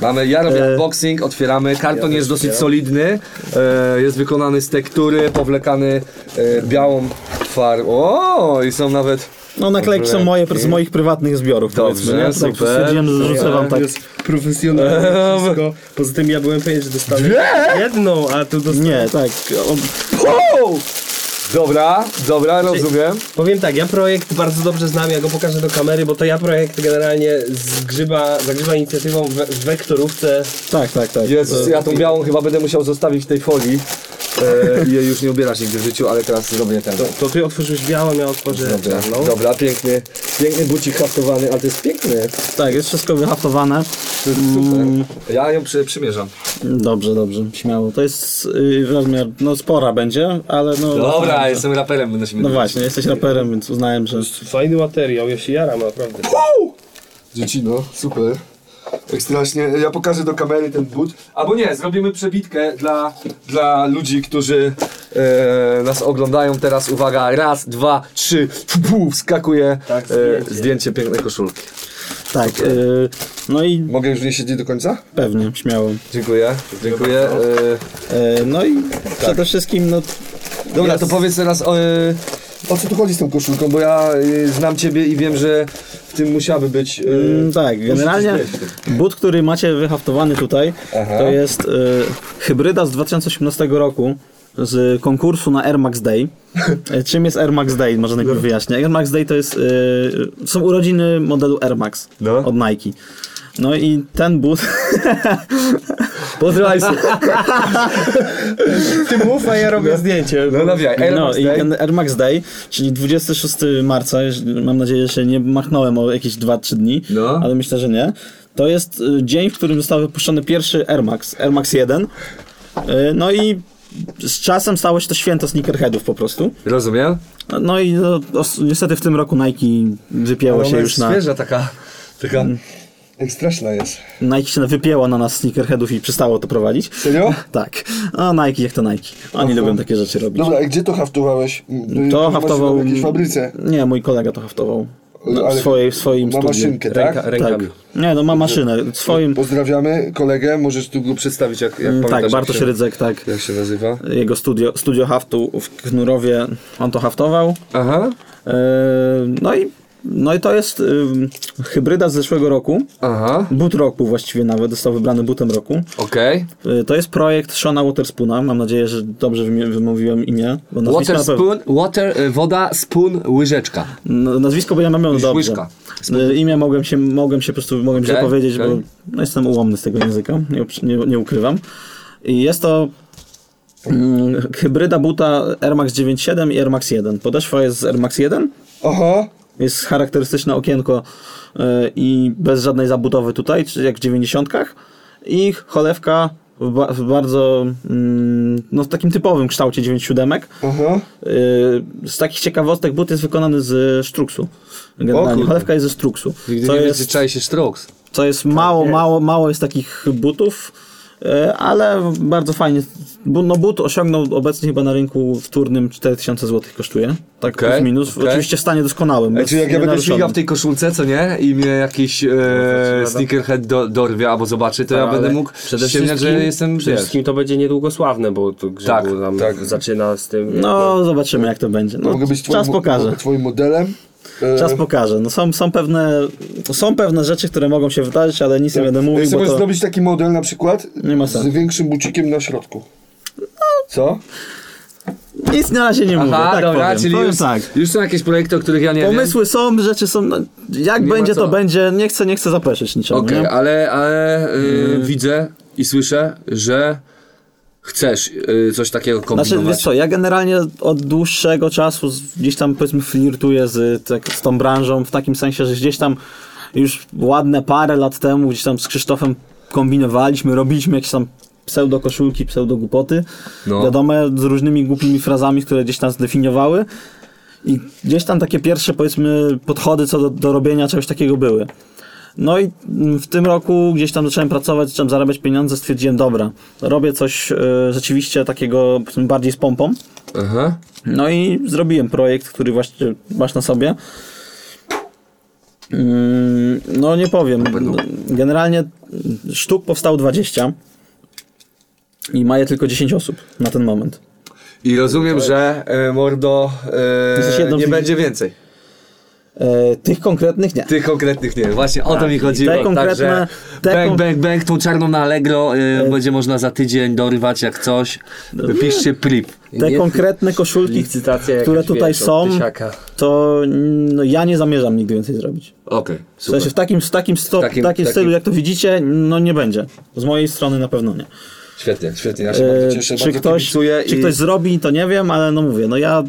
S7: mamy, ja robię
S3: E,
S7: unboxing, otwieramy. Karton jest dosyć solidny. E, jest wykonany z tektury, powlekany e, białą farbą. O, i są nawet.
S3: No naklejki są moje, z moich prywatnych zbiorów,
S7: Dobrze,
S3: powiedzmy, nie? Tak
S7: super.
S3: stwierdziłem, że rzucę wam tak.
S7: (laughs)
S6: profesjonalne wszystko. Poza tym ja byłem pewien, że dostanę jedną, a tu dostałem...
S3: Nie, tak. O,
S7: O! Dobra, dobra, rozumiem.
S6: Powiem tak, ja projekt bardzo dobrze znam, ja go pokażę do kamery, bo to ja projekt generalnie zgrzyba, zagrywa inicjatywą w, w wektorówce.
S3: tak, tak, tak.
S7: Jezus,
S3: To-
S7: ja tą białą chyba będę musiał zostawić w tej folii.
S6: E,
S7: Jej już nie ubierasz nigdy w życiu, ale teraz zrobię ten.
S6: to, to ty otworzyłeś białą, ja otworzę
S7: Dobra,
S6: czarną.
S7: dobra piękny, piękny bucik haftowany, ale to jest piękny.
S3: Tak, jest wszystko wyhaftowane.
S7: To jest super. Mm. Ja ją przy, przymierzam.
S3: Mm, Dobrze, dobrze, śmiało. To jest yy, rozmiar, no spora będzie, ale no...
S7: Dobra, jestem raperem, będę się
S3: No właśnie, jesteś raperem, więc uznałem, że...
S6: Fajny materiał, ja się jaram naprawdę.
S7: Dziecino, no, super. Tak strasznie. Ja pokażę do kamery ten but. Albo nie, zrobimy przebitkę dla, dla ludzi, którzy e, nas oglądają teraz. Uwaga, raz, dwa, trzy, fu, wskakuje e, zdjęcie pięknej koszulki.
S3: Tak, yy, no i
S7: Mogę już w niej siedzieć do końca?
S3: pewnie, śmiało.
S7: Dziękuję, dziękuję. E,
S3: Yy, no i przede wszystkim, no...
S7: Dobra,
S3: Jest-
S7: to powiedz teraz o, e, o co tu chodzi z tą koszulką, bo ja e, znam ciebie i wiem, że w tym musiałaby być. e,
S3: Mm, tak, generalnie
S2: (laughs)
S7: coś zmienić
S3: but, który macie wyhaftowany tutaj,
S7: Aha.
S3: to jest y, hybryda z 2018 roku z konkursu na Air Max
S7: (laughs)
S3: Day. E, Czym jest Air Max Day? Może
S7: No.
S3: najpierw wyjaśnię. Air Max Day to jest, y, są urodziny modelu Air Max
S7: No.
S3: od Nike. No i ten but... (laughs) Pozdrawiam.
S6: Ty mów,
S7: (laughs)
S6: a ja robię zdjęcie.
S7: No nawijaj, Air
S3: no
S7: Max
S3: i
S7: Day.
S3: ten Air Max Day, czyli 26 marca, jeż- mam nadzieję, że się nie machnąłem o jakieś 2-3 dni,
S7: No.
S3: ale myślę, że nie. To jest y, dzień, w którym został wypuszczony pierwszy Air Max, Air Max 1. Y, No i z czasem stało się to święto sneakerheadów po prostu.
S7: Rozumiem?
S3: No i no, os- niestety w tym roku Nike wypięło
S7: Ona
S3: się
S7: jest
S3: już na...
S7: świeża taka, taka jak straszna jest.
S3: Nike się wypięło na nas sneakerheadów i przestało to prowadzić.
S7: Serio?
S3: Tak. No Nike jak to Nike. Oni lubią takie rzeczy robić.
S2: No,
S8: Dobra, a gdzie to haftowałeś? Mm,
S2: Y,
S3: To
S8: masz
S3: haftował...
S8: W jakiejś fabryce.
S3: Nie, mój kolega to haftował. No, w,
S8: Ale-
S3: swojej, w swoim
S8: Ma
S3: studiu.
S8: maszynkę, tak?
S7: Ręka, rękami.
S3: Tak. Nie, no ma maszynę. W swoim...
S8: Pozdrawiamy kolegę, możesz tu go
S7: Mógł przedstawić, jak, jak
S3: Mm,
S7: pamiętasz.
S3: Tak,
S7: jak
S3: Bartosz
S7: się,
S3: Rydzek, tak.
S7: Jak się nazywa?
S3: Jego studio, studio haftu w Knurowie, on to haftował.
S7: Aha,
S3: Eee, No i, no i to jest ym, hybryda z zeszłego roku.
S7: aha,
S3: But roku właściwie nawet, został wybrany butem roku.
S7: okej.
S3: Eee, To jest projekt Shona Waterspoona, mam nadzieję, że dobrze wymie- wymówiłem imię. Bo nazwisko,
S7: Water
S3: na pewno,
S7: spoon, water, y, woda, spoon, łyżeczka.
S3: no, nazwisko będę miał dobrze.
S7: Łyżka.
S3: Eee, Imię mogłem się, mogłem się po prostu mogłem źle
S7: Okej,
S3: powiedzieć,
S7: okej.
S3: bo no, jestem ułomny z tego języka, nie, uprz- nie, nie ukrywam. I jest to mm, hybryda buta Air Max 9.7 i Air Max 1. Podeszwa jest z Air Max 1,
S8: Aha,
S3: jest charakterystyczne okienko y, i bez żadnej zabudowy tutaj, czy jak w 90. I cholewka w, ba- w bardzo mm, no, w takim typowym kształcie 9.7.
S8: aha.
S3: Y, Z takich ciekawostek but jest wykonany z struksu. Generalnie
S7: kurde.
S3: cholewka jest ze struksu.
S7: Nigdy
S3: co
S7: nie Tak
S3: jest-
S7: jest... czai się sztroks.
S3: co jest mało, mało, mało jest takich butów, e, ale bardzo fajnie. Bu- No but osiągnął obecnie chyba na rynku wtórnym 4000 zł kosztuje. Tak
S7: Okej,
S3: plus minus.
S7: okej.
S3: Oczywiście w stanie doskonałym. bez-
S7: Znaczy, jak ja będę
S3: nienaruszonym.
S7: śmigał w tej koszulce, co nie? I mnie jakiś e,
S3: No,
S7: sneakerhead do, dorwie albo zobaczy, to ja
S6: Ale
S7: będę mógł
S6: przede
S7: ściemniać, że
S6: wszystkim-
S7: jestem,
S6: Przede
S7: wiesz...
S6: wszystkim to będzie niedługosławne, bo to
S7: Tak,
S6: Grzegorz nam
S7: tak.
S6: zaczyna z tym.
S3: No zobaczymy jak to będzie. No,
S8: Mogę być twoim,
S3: czas pokaże.
S8: twoim modelem. E,
S3: Czas pokaże. No są, są, pewne, są pewne rzeczy, które mogą się wydarzyć, ale nic
S7: Tak.
S3: nie będę
S8: ja
S3: mówił,
S8: chcę
S3: bo to... Tak.
S8: zrobić taki model na przykład
S3: Nie ma
S8: z
S3: sensu.
S8: większym bucikiem na środku. Co?
S3: nic na razie nie mówię.
S7: Aha,
S3: Tak
S7: dobra,
S3: powiem.
S7: czyli
S3: powiem
S7: już,
S3: tak.
S7: już są jakieś projekty, o których ja nie wiem.
S3: Pomysły są, rzeczy są. No, jak
S7: Nie ma
S3: będzie,
S7: co.
S3: to będzie. Nie chcę, nie chcę zapeszyć niczego.
S7: Okej,
S3: nie?
S7: ale, ale y, widzę i słyszę, że chcesz y, coś takiego
S3: Znaczy,
S7: kombinować.
S3: wiesz co, ja generalnie od dłuższego czasu z- gdzieś tam powiedzmy flirtuję z, tak, z tą branżą w takim sensie, że gdzieś tam już ładne parę lat temu gdzieś tam z Krzysztofem kombinowaliśmy, robiliśmy jakieś tam pseudo koszulki, pseudo głupoty.
S7: No.
S3: Wiadomo, z różnymi głupimi frazami, które gdzieś tam zdefiniowały. I gdzieś tam takie pierwsze, powiedzmy, podchody co do, do robienia czegoś takiego były. No i mm, w tym roku gdzieś tam zacząłem pracować, zacząłem zarabiać pieniądze, stwierdziłem, dobra, robię coś e, rzeczywiście takiego powiedzmy, bardziej z pompą.
S7: Aha.
S3: No i zrobiłem projekt, który właśnie masz na sobie. Mm, No nie powiem. Generalnie sztuk powstało 20 i ma je tylko 10 osób na ten moment.
S7: I rozumiem, że y, mordo
S3: Jesteś
S7: y,
S3: jedną
S7: nie
S3: z nich.
S7: będzie więcej.
S3: E, tych konkretnych nie.
S7: Tych konkretnych nie. Właśnie o to mi chodziło.
S3: Te konkretne-
S7: Tak. Także
S3: te
S7: bang,
S3: kon- E.
S7: bang, bang, tą czarną na Allegro y, będzie można za tydzień dorywać jak coś. Piszcie prip.
S3: Te
S7: Nie-
S3: konkretne koszulki,
S6: Licytacja jakaś,
S3: które tutaj
S6: wiesz, od
S3: są,
S6: tysiaka.
S3: to mm, no, ja nie zamierzam nigdy więcej zrobić.
S7: Okej,
S3: W sensie
S7: super.
S3: w takim, w takim, stop,
S7: Takim-
S3: takim,
S7: takim-
S3: stylu, jak to widzicie, no nie będzie. Z mojej strony na pewno nie.
S7: Świetnie.
S8: Świetnie, ja się bardzo cieszę,
S3: czy
S8: bardzo
S3: ktoś,
S8: kibicuję
S3: czy
S8: i...
S3: ktoś zrobi, to nie wiem, ale no mówię, no ja,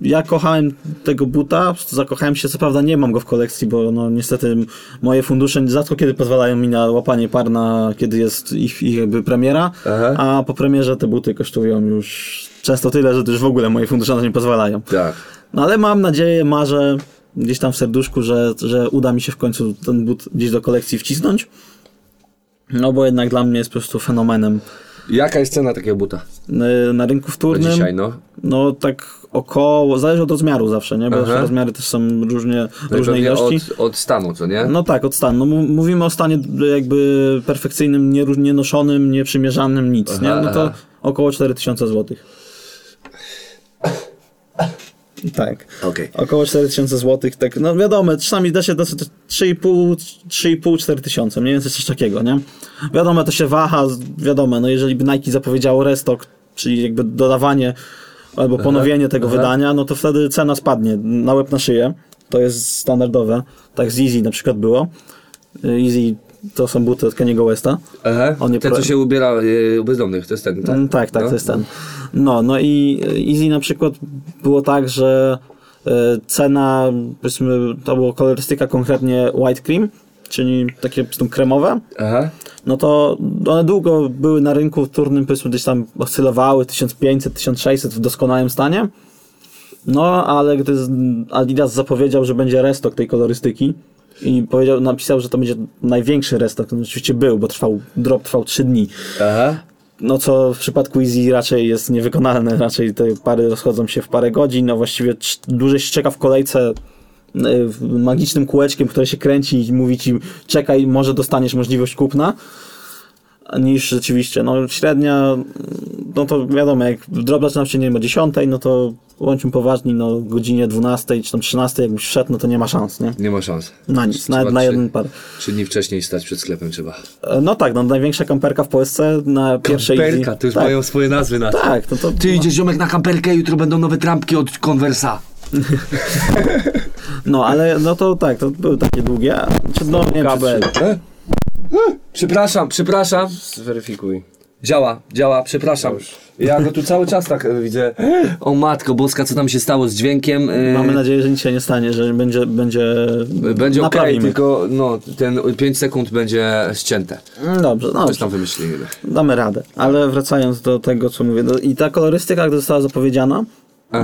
S3: ja kochałem tego buta, zakochałem się, co prawda nie mam go w kolekcji, bo no niestety moje fundusze rzadko kiedy pozwalają mi na łapanie parna, kiedy jest ich, ich jakby premiera,
S7: Aha.
S3: a po premierze te buty kosztują już często tyle, że to już w ogóle moje fundusze na to nie pozwalają.
S7: Tak.
S3: No ale mam nadzieję, marzę gdzieś tam w serduszku, że, że uda mi się w końcu ten but gdzieś do kolekcji wcisnąć. No bo jednak dla mnie jest po prostu fenomenem.
S7: Jaka jest cena takiego buta?
S3: Y, Na rynku
S7: Do
S3: wtórnym,
S7: dzisiaj, no.
S3: no tak około, zależy od rozmiaru zawsze, nie? Bo
S7: Aha.
S3: rozmiary też są różnie,
S7: No i
S3: różne
S7: pewnie
S3: ilości.
S7: od, od stanu, co nie?
S3: No tak, od stanu. No, mu- mówimy o stanie jakby perfekcyjnym, nie, nie noszonym, nieprzymierzanym, nic, nie? No to
S7: aha.
S3: około 4000 zł. Tak.
S7: Okej.
S3: Około 4000 zł, tak, no wiadomo, czasami da się dosyć 3,5-4 tysiące, mniej więcej coś takiego, nie? Wiadomo, to się waha, z- wiadomo, no jeżeli by Nike zapowiedziało restock, czyli jakby dodawanie albo ponowienie tego wydania, no to wtedy cena spadnie na łeb na szyję, to jest standardowe, tak z Easy na przykład było, Easy to są buty od Kaniego Westa,
S7: Aha.
S3: On nie
S7: Ten,
S3: pro-
S7: co się ubiera y, u bezdomnych, to jest ten, tak?
S3: Mm, Tak, tak,
S7: No.
S3: to jest ten. No, no i Easy na przykład było tak, że e, cena, powiedzmy, to była kolorystyka konkretnie white cream, czyli takie powiedzmy kremowe,
S7: Aha.
S3: no to one długo były na rynku wtórnym, powiedzmy gdzieś tam oscylowały 1500, 1600 w doskonałym stanie. No, ale gdy z- Adidas zapowiedział, że będzie restock tej kolorystyki i powiedział, napisał, że to będzie największy restock, no oczywiście był, bo trwał, drop trwał 3 dni.
S7: Aha.
S3: No co w przypadku Easy raczej jest niewykonalne, (laughs) raczej te pary rozchodzą się w parę godzin, no właściwie cz- dłużej się czeka w kolejce y, w magicznym kółeczkiem, które się kręci i mówi ci czekaj, może dostaniesz możliwość kupna, niż rzeczywiście, no średnia, no to wiadomo, jak drop zaczyna się nie wiem o 10, no to bądźmy poważni, no godzinie 12 czy tam 13 jakbyś wszedł, no to nie ma szans, nie?
S7: Nie ma szans.
S3: Na nic,
S7: Trzeba
S3: nawet na
S7: trzy-
S3: jeden par.
S7: Trzy dni wcześniej stać przed sklepem trzeba.
S3: E, No tak, no największa kamperka w Polsce na pierwszej
S7: Perka, to już
S3: tak,
S7: mają swoje nazwy na to.
S3: tak, no to
S7: Ty idziesz ziomek na kamperkę, jutro będą nowe trampki od Conversa.
S3: No, ale no to tak, to były takie długie. a- Czy no, nie wiem, czy, czy,
S2: Przepraszam, przepraszam.
S6: Zweryfikuj.
S2: Działa, działa, przepraszam. Ja go tu cały czas tak e, widzę.
S7: O matko boska, co tam się stało z dźwiękiem? Yy,
S3: mamy nadzieję, że nic się nie stanie, że będzie, będzie,
S7: Będzie okej,
S3: naprawimy.
S7: tylko no, ten 5 sekund będzie ścięte.
S3: Mm, Dobrze, no,
S7: Coś tam wymyślili.
S3: damy radę. Ale wracając do tego, co mówię, no, i ta kolorystyka, gdy została zapowiedziana,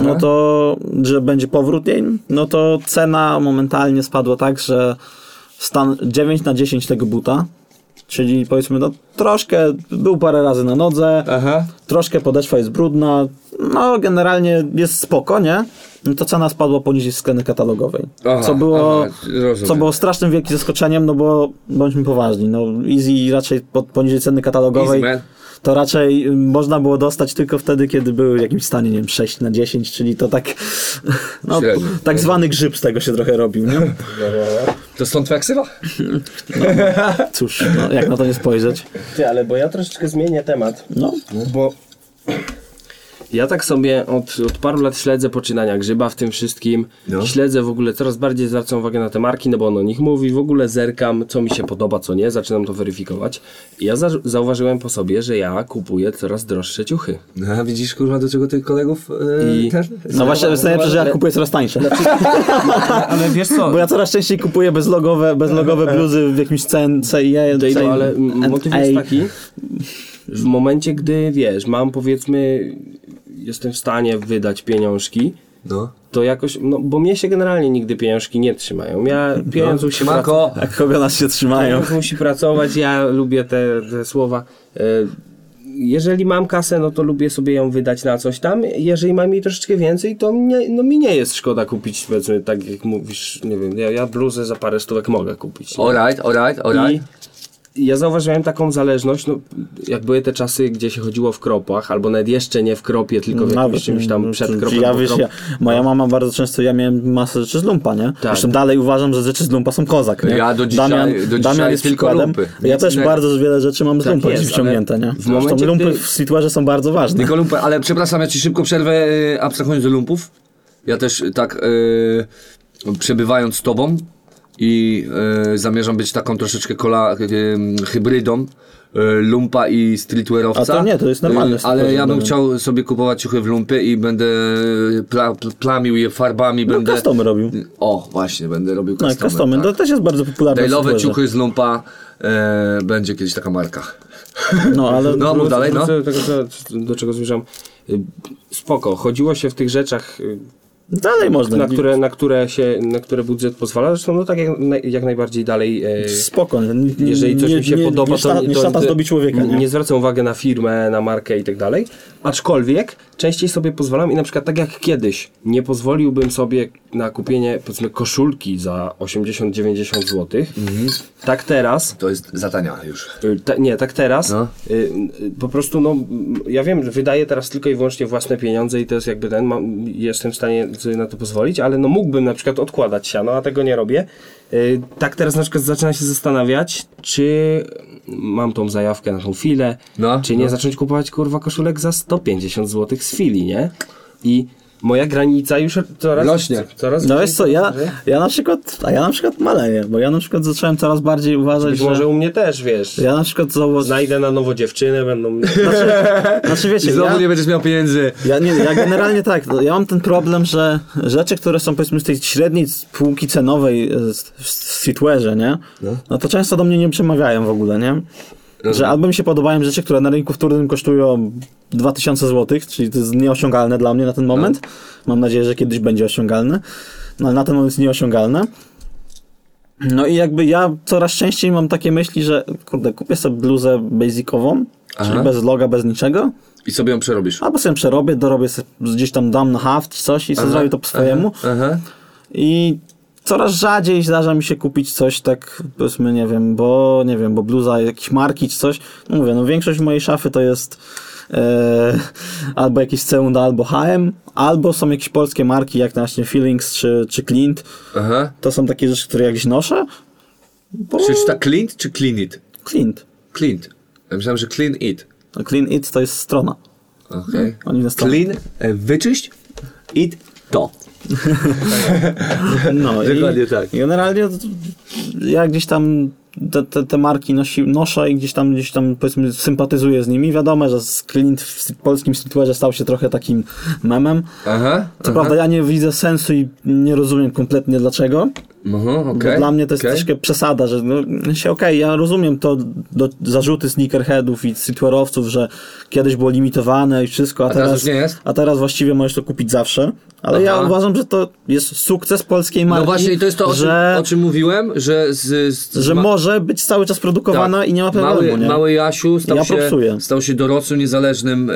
S3: no to, że będzie powrót jej, no to cena momentalnie spadła tak, że stan 9 na 10 tego buta, czyli powiedzmy, no troszkę, był parę razy na nodze,
S7: Aha.
S3: troszkę podeszwa jest brudna, no generalnie jest spoko, nie? No to cena spadła poniżej sceny katalogowej.
S7: Aha,
S3: co było,
S7: aha, rozumiem.
S3: co było strasznym wielkim zaskoczeniem, no bo bądźmy poważni, no Easy raczej pod, poniżej ceny katalogowej
S7: Easy, man.
S3: to raczej y, można było dostać tylko wtedy, kiedy były w jakimś stanie, nie wiem, 6 na 10, czyli to tak (laughs) no,
S7: Średnio.
S3: tak zwany grzyb z tego się trochę robił, nie?
S7: To stąd twoja ksywa?
S3: Cóż, no, jak na to nie spojrzeć.
S6: Ty, ale bo ja troszeczkę zmienię temat,
S3: No,
S6: bo ja tak sobie od, od paru lat śledzę poczynania grzyba w tym wszystkim. Śledzę w ogóle, coraz bardziej zwracam uwagę na te marki, no bo on o nich mówi, w ogóle zerkam, co mi się podoba, co nie, zaczynam to weryfikować. I ja za, zauważyłem po sobie, że ja kupuję coraz droższe ciuchy.
S7: No, widzisz kurwa do czego tych kolegów yy,
S6: I-
S7: ten?
S3: no właśnie, to jest najlepsze, że ja kupuję coraz tańsze.
S6: (laughs) Ale wiesz co,
S3: Bo ja coraz częściej kupuję bezlogowe, bezlogowe bluzy w jakimś cen, CIE,
S6: Dejdo,
S3: C-
S6: No ale m- motyw jest
S3: A.
S6: taki, w momencie, gdy wiesz, mam powiedzmy, jestem w stanie wydać pieniążki,
S7: No.
S6: to jakoś, no bo mnie się generalnie nigdy pieniążki nie trzymają. Ja pieniądz musi pracować.
S7: Mako,
S3: Jak kogo nas się trzymają.
S6: Pieniądz musi pracować, ja lubię te, te słowa. E, Jeżeli mam kasę, no to lubię sobie ją wydać na coś tam. Jeżeli mam jej troszeczkę więcej, to mnie, no mi nie jest szkoda kupić, powiedzmy, tak jak mówisz, nie wiem, ja, ja bluzę za parę stówek mogę kupić. nie?
S7: alright, alright, alright.
S6: I ja zauważyłem taką zależność, no, jak były te czasy, gdzie się chodziło w kropach, albo nawet jeszcze nie w kropie, tylko w jakimś czymś tam
S7: no,
S3: mm,
S6: przed
S3: czy- czy
S6: kropem.
S3: Ja
S6: po
S3: wiesz,
S6: krop-
S3: ja, moja mama bardzo często, ja miałem masę rzeczy z lumpa, nie?
S6: Tak.
S3: Zresztą dalej uważam, że rzeczy z lumpa są kozak, nie?
S7: Ja do dzisiaj- do dzisiaj tylko
S3: przykładem.
S7: lumpy.
S3: Ja
S7: Nic
S3: też
S7: innego.
S3: bardzo wiele rzeczy mam z
S6: Tak
S3: lumpa
S6: jest,
S3: jest, wyciągnięte,
S6: ale
S3: nie?
S6: w
S3: Zresztą
S6: momencie,
S3: lumpy
S6: gdy-
S3: w streetwearze są bardzo ważne.
S7: Tylko lumpę, ale przepraszam, ja ci szybko przerwę, yy, abstrahując do lumpów. Ja też y, tak y, przebywając z tobą i y, zamierzam być taką troszeczkę kola, y, hybrydą, e, lumpa i streetwearowca.
S3: A to nie, to jest normalne
S7: E, Ale ja bym
S3: streetwear. no.
S7: chciał sobie kupować ciuchy w lumpy i będę pla, pl- plamił je farbami,
S3: No,
S7: będę...
S3: customy robił.
S7: O, właśnie, będę robił
S3: No,
S7: customy.
S3: customy,
S6: tak.
S3: to też jest bardzo popularne. w
S7: Dajlowe
S3: streetwearze.
S7: ciuchy z lumpa, e, będzie kiedyś taka marka.
S3: No, ale
S7: No, mów dalej, no.
S6: Wrócę Do, tego, co- do czego zmierzam. Y, Spoko, chodziło się w tych rzeczach, y,
S3: dalej można.
S6: na które, na, które się, na które budżet pozwala. Zresztą no tak jak, naj- jak najbardziej dalej. e,
S3: Spoko. nie- nie-
S6: Jeżeli coś
S3: nie,
S6: mi się
S3: nie,
S6: podoba,
S3: nie
S6: to,
S3: szata, nie
S6: to,
S3: szata
S6: to
S3: zdobi człowieka. Nie?
S6: nie zwracam uwagi na firmę, na markę i tak dalej. Aczkolwiek częściej sobie pozwalam i na przykład tak jak kiedyś nie pozwoliłbym sobie na kupienie powiedzmy koszulki za 80-90 zł.
S3: Mhm.
S6: Tak teraz
S7: To jest za tania już.
S6: Y, Te, nie, tak teraz.
S7: No.
S6: y, y, po prostu, no, m, ja wiem, że wydaję teraz tylko i wyłącznie własne pieniądze i to jest jakby ten, mam, jestem w stanie sobie na to pozwolić, ale no mógłbym na przykład odkładać siano, a tego nie robię. Y, tak teraz na przykład zaczynam się zastanawiać, czy mam tą zajawkę na tą filę,
S7: No,
S6: czy nie
S7: no.
S6: zacząć kupować kurwa koszulek za 150 zł z fili, nie? I moja granica już coraz...
S5: Rośnie.
S6: Coraz
S3: No wiesz co, ja, ja na przykład, a ja na przykład maleję, bo ja na przykład zacząłem coraz bardziej uważać,
S6: Być
S3: że...
S6: może u mnie też, wiesz.
S3: Ja na przykład zauważyłem...
S6: Znajdę na nowo dziewczynę, będą...
S3: (laughs) Znaczy
S7: I
S3: wiecie,
S7: znowu
S3: ja,
S7: nie będziesz miał pieniędzy.
S3: ja, nie, ja generalnie tak, no, ja mam ten problem, że rzeczy, które są powiedzmy z tej średniej półki cenowej e, z- w streetwearze, nie? No to często do mnie nie przemawiają w ogóle, nie? Że albo mi się podobają rzeczy, które na rynku wtórnym kosztują 2000 zł, czyli to jest nieosiągalne dla mnie na
S7: No.
S3: ten moment. Mam nadzieję, że kiedyś będzie osiągalne. No ale na ten moment jest nieosiągalne. No i jakby ja coraz częściej mam takie myśli, że kurde, kupię sobie bluzę basicową,
S7: Aha.
S3: czyli bez loga, bez niczego.
S7: I sobie ją przerobisz.
S3: Albo sobie przerobię, dorobię sobie, gdzieś tam dam na haft czy coś i sobie zrobię to po swojemu.
S7: Aha.
S3: I coraz rzadziej zdarza mi się kupić coś tak, powiedzmy, nie wiem, bo nie wiem, bo bluza jakiejś marki czy coś. No mówię, no większość mojej szafy to jest e, albo jakieś Ceunda, albo HM, albo są jakieś polskie marki jak właśnie Feelings czy, czy Clint.
S7: Aha.
S3: To są takie rzeczy, które jakieś noszę. Bo...
S7: Czy czyta Clint czy Clean It?
S3: Clint.
S7: Clint. Ja myślałem, że Clean It.
S3: No, Clean It to jest strona.
S7: Okej.
S3: Oni na stronie.
S7: Clean, e, wyczyść, it, to.
S3: No
S7: Dokładnie
S3: i
S7: tak.
S3: generalnie to- ja gdzieś tam te, te, te marki nosi, noszę i gdzieś tam, gdzieś tam powiedzmy sympatyzuję z nimi. Wiadomo, że z Clint w s- polskim streetwearze stał się trochę takim memem.
S7: Aha.
S3: Co prawda ja nie widzę sensu i nie rozumiem kompletnie dlaczego.
S7: Aha,
S3: Bo
S7: okej.
S3: No, dla mnie to jest
S7: okej.
S3: troszkę przesada, że no, się okej, ja rozumiem to do, zarzuty sneakerheadów i streetwearowców, że kiedyś było limitowane i wszystko, a,
S7: teraz
S3: teraz,
S7: już nie jest?
S3: a teraz właściwie możesz to kupić zawsze. Ale ja
S7: Aha.
S3: uważam, że to jest sukces polskiej marki.
S7: No właśnie, i to jest to, o,
S3: że,
S7: czym, o czym mówiłem, że z, z,
S3: że
S7: ma- Tak.
S3: może być cały czas produkowana i nie ma problemu,
S7: mały,
S3: nie?
S7: mały Jasiu stał,
S3: Ja
S7: się,
S3: propsuję.
S7: stał się dorosłym, niezależnym, e,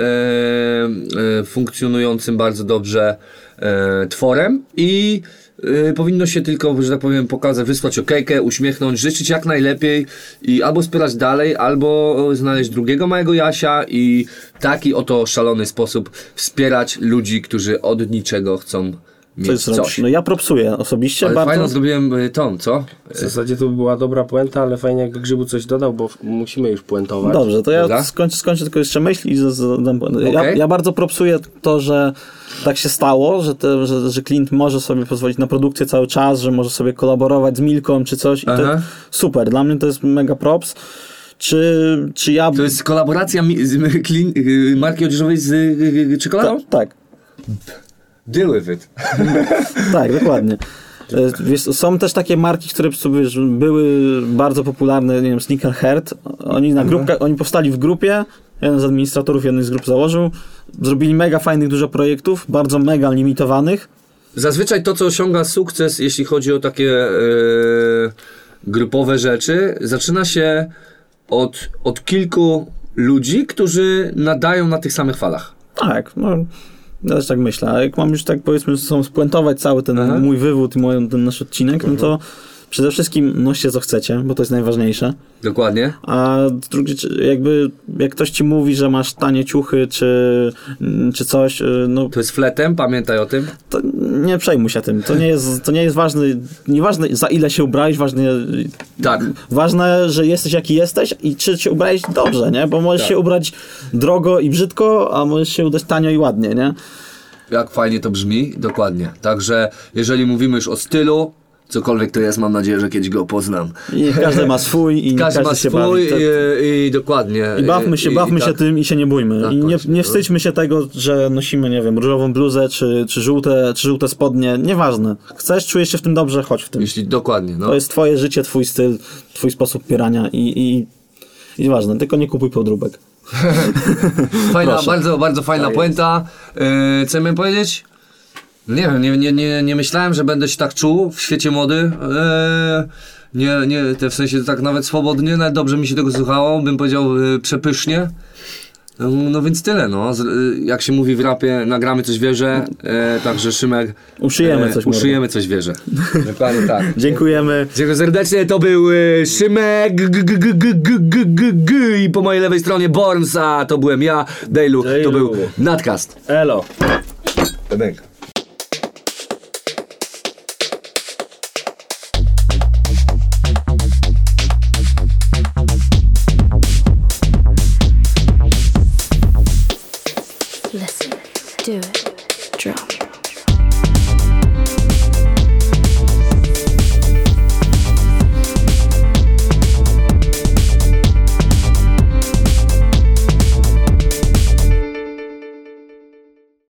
S7: e, funkcjonującym bardzo dobrze e, tworem i e, powinno się tylko, że tak powiem, pokazać, wysłać okejkę, uśmiechnąć, życzyć jak najlepiej i albo wspierać dalej, albo e, znaleźć drugiego małego Jasia i taki oto szalony sposób wspierać ludzi, którzy od niczego chcą
S3: Co
S7: mieć
S3: jest
S7: coś.
S3: robić? No ja propsuję osobiście
S7: Ale fajną
S3: bardzo.
S7: zrobiłem e, tą, co?
S6: W zasadzie to by była dobra puenta, ale fajnie jakby Grzybu coś dodał, bo f- musimy już puentować.
S3: Dobrze, to ja
S7: Dobra.
S3: skończę, skończę tylko jeszcze myśl i z- z- dam, ja,
S7: Okej.
S3: ja bardzo propsuję to, że tak się stało, że, te, że, że Clint może sobie pozwolić na produkcję cały czas, że może sobie kolaborować z Milką czy coś i to
S7: Aha.
S3: super, dla mnie to jest mega props. Czy, czy ja...
S7: To jest kolaboracja mi, z, (laughs) my- klin, y, marki odzieżowej z y, y,
S3: Ta,
S7: czekoladą?
S3: tak,
S7: Deal with it.
S3: tak, dokładnie. E, Wiesz, są też takie marki, które wiesz, były bardzo popularne, nie wiem, Sneaker Herd. Oni na grupkach, oni powstali w grupie, jeden z administratorów jednej z grup założył, zrobili mega fajnych dużo projektów, bardzo mega limitowanych,
S7: Zazwyczaj to, co osiąga sukces, jeśli chodzi o takie e, grupowe rzeczy, zaczyna się od, od kilku ludzi, którzy nadają na tych samych falach.
S3: Tak, no. Ja też tak myślę. A jak mam już tak powiedzmy, są spuentować cały ten mój wywód i mój, ten nasz odcinek, no to przede wszystkim noście co chcecie, bo to jest najważniejsze.
S7: Dokładnie.
S3: A drugi, jakby jak ktoś ci mówi, że masz tanie ciuchy czy, czy coś, y, no
S7: To jest fletem, pamiętaj o tym.
S3: to nie przejmuj się tym. To nie jest, to nie jest ważne, nieważne za ile się ubrałeś, ważne,
S7: Tak.
S3: ważne, że jesteś jaki jesteś i czy się ubrałeś dobrze, nie? Bo
S7: Tak.
S3: możesz się ubrać drogo i brzydko, a możesz się udać tanio i ładnie, nie?
S7: Jak fajnie to brzmi, dokładnie. Także jeżeli mówimy już o stylu, Cokolwiek to jest, mam nadzieję, że kiedyś go poznam.
S3: I niech każdy ma swój i niech
S7: Każdy ma
S3: się
S7: swój
S3: bawi. To-
S7: i, i dokładnie.
S3: I bawmy się,
S7: i- i
S3: bawmy się
S7: tak.
S3: tym i się nie bójmy.
S7: Tak,
S3: I nie,
S7: właśnie,
S3: nie
S7: no.
S3: wstydźmy się tego, że nosimy, nie wiem, różową bluzę, czy, czy, żółte, czy żółte spodnie. Nieważne. Chcesz, czujesz się w tym dobrze, chodź w tym.
S7: Jeśli dokładnie, no.
S3: To jest twoje życie, twój styl, twój sposób pierania i, i, i ważne, tylko nie kupuj podróbek.
S7: Fajna, bardzo, bardzo
S3: Tak
S7: fajna puenta. Yy, co ja miałem powiedzieć? Nie wiem, nie, nie, nie, nie myślałem, że będę się tak czuł w świecie mody. Yy, nie, nie, te w sensie tak nawet swobodnie, nawet dobrze mi się tego słuchało, bym powiedział yy, przepysznie. No, no więc tyle, no. Z, yy, jak się mówi w rapie, nagramy coś wierzę, yy, także Szymek...
S3: Uszyjemy coś, mordo.
S7: E, Uszyjemy coś
S3: (laughs)
S7: wierzę.
S2: Dokładnie tak.
S3: Dziękujemy.
S7: Dziękuję serdecznie, to był y, Szymek g, g, g, g, g, g, g, g, i po mojej lewej stronie Borns, a to byłem ja, Dejlu, to
S6: Dejlu.
S7: był Natkast.
S6: Elo.
S8: Bęk.
S9: Listen, do it.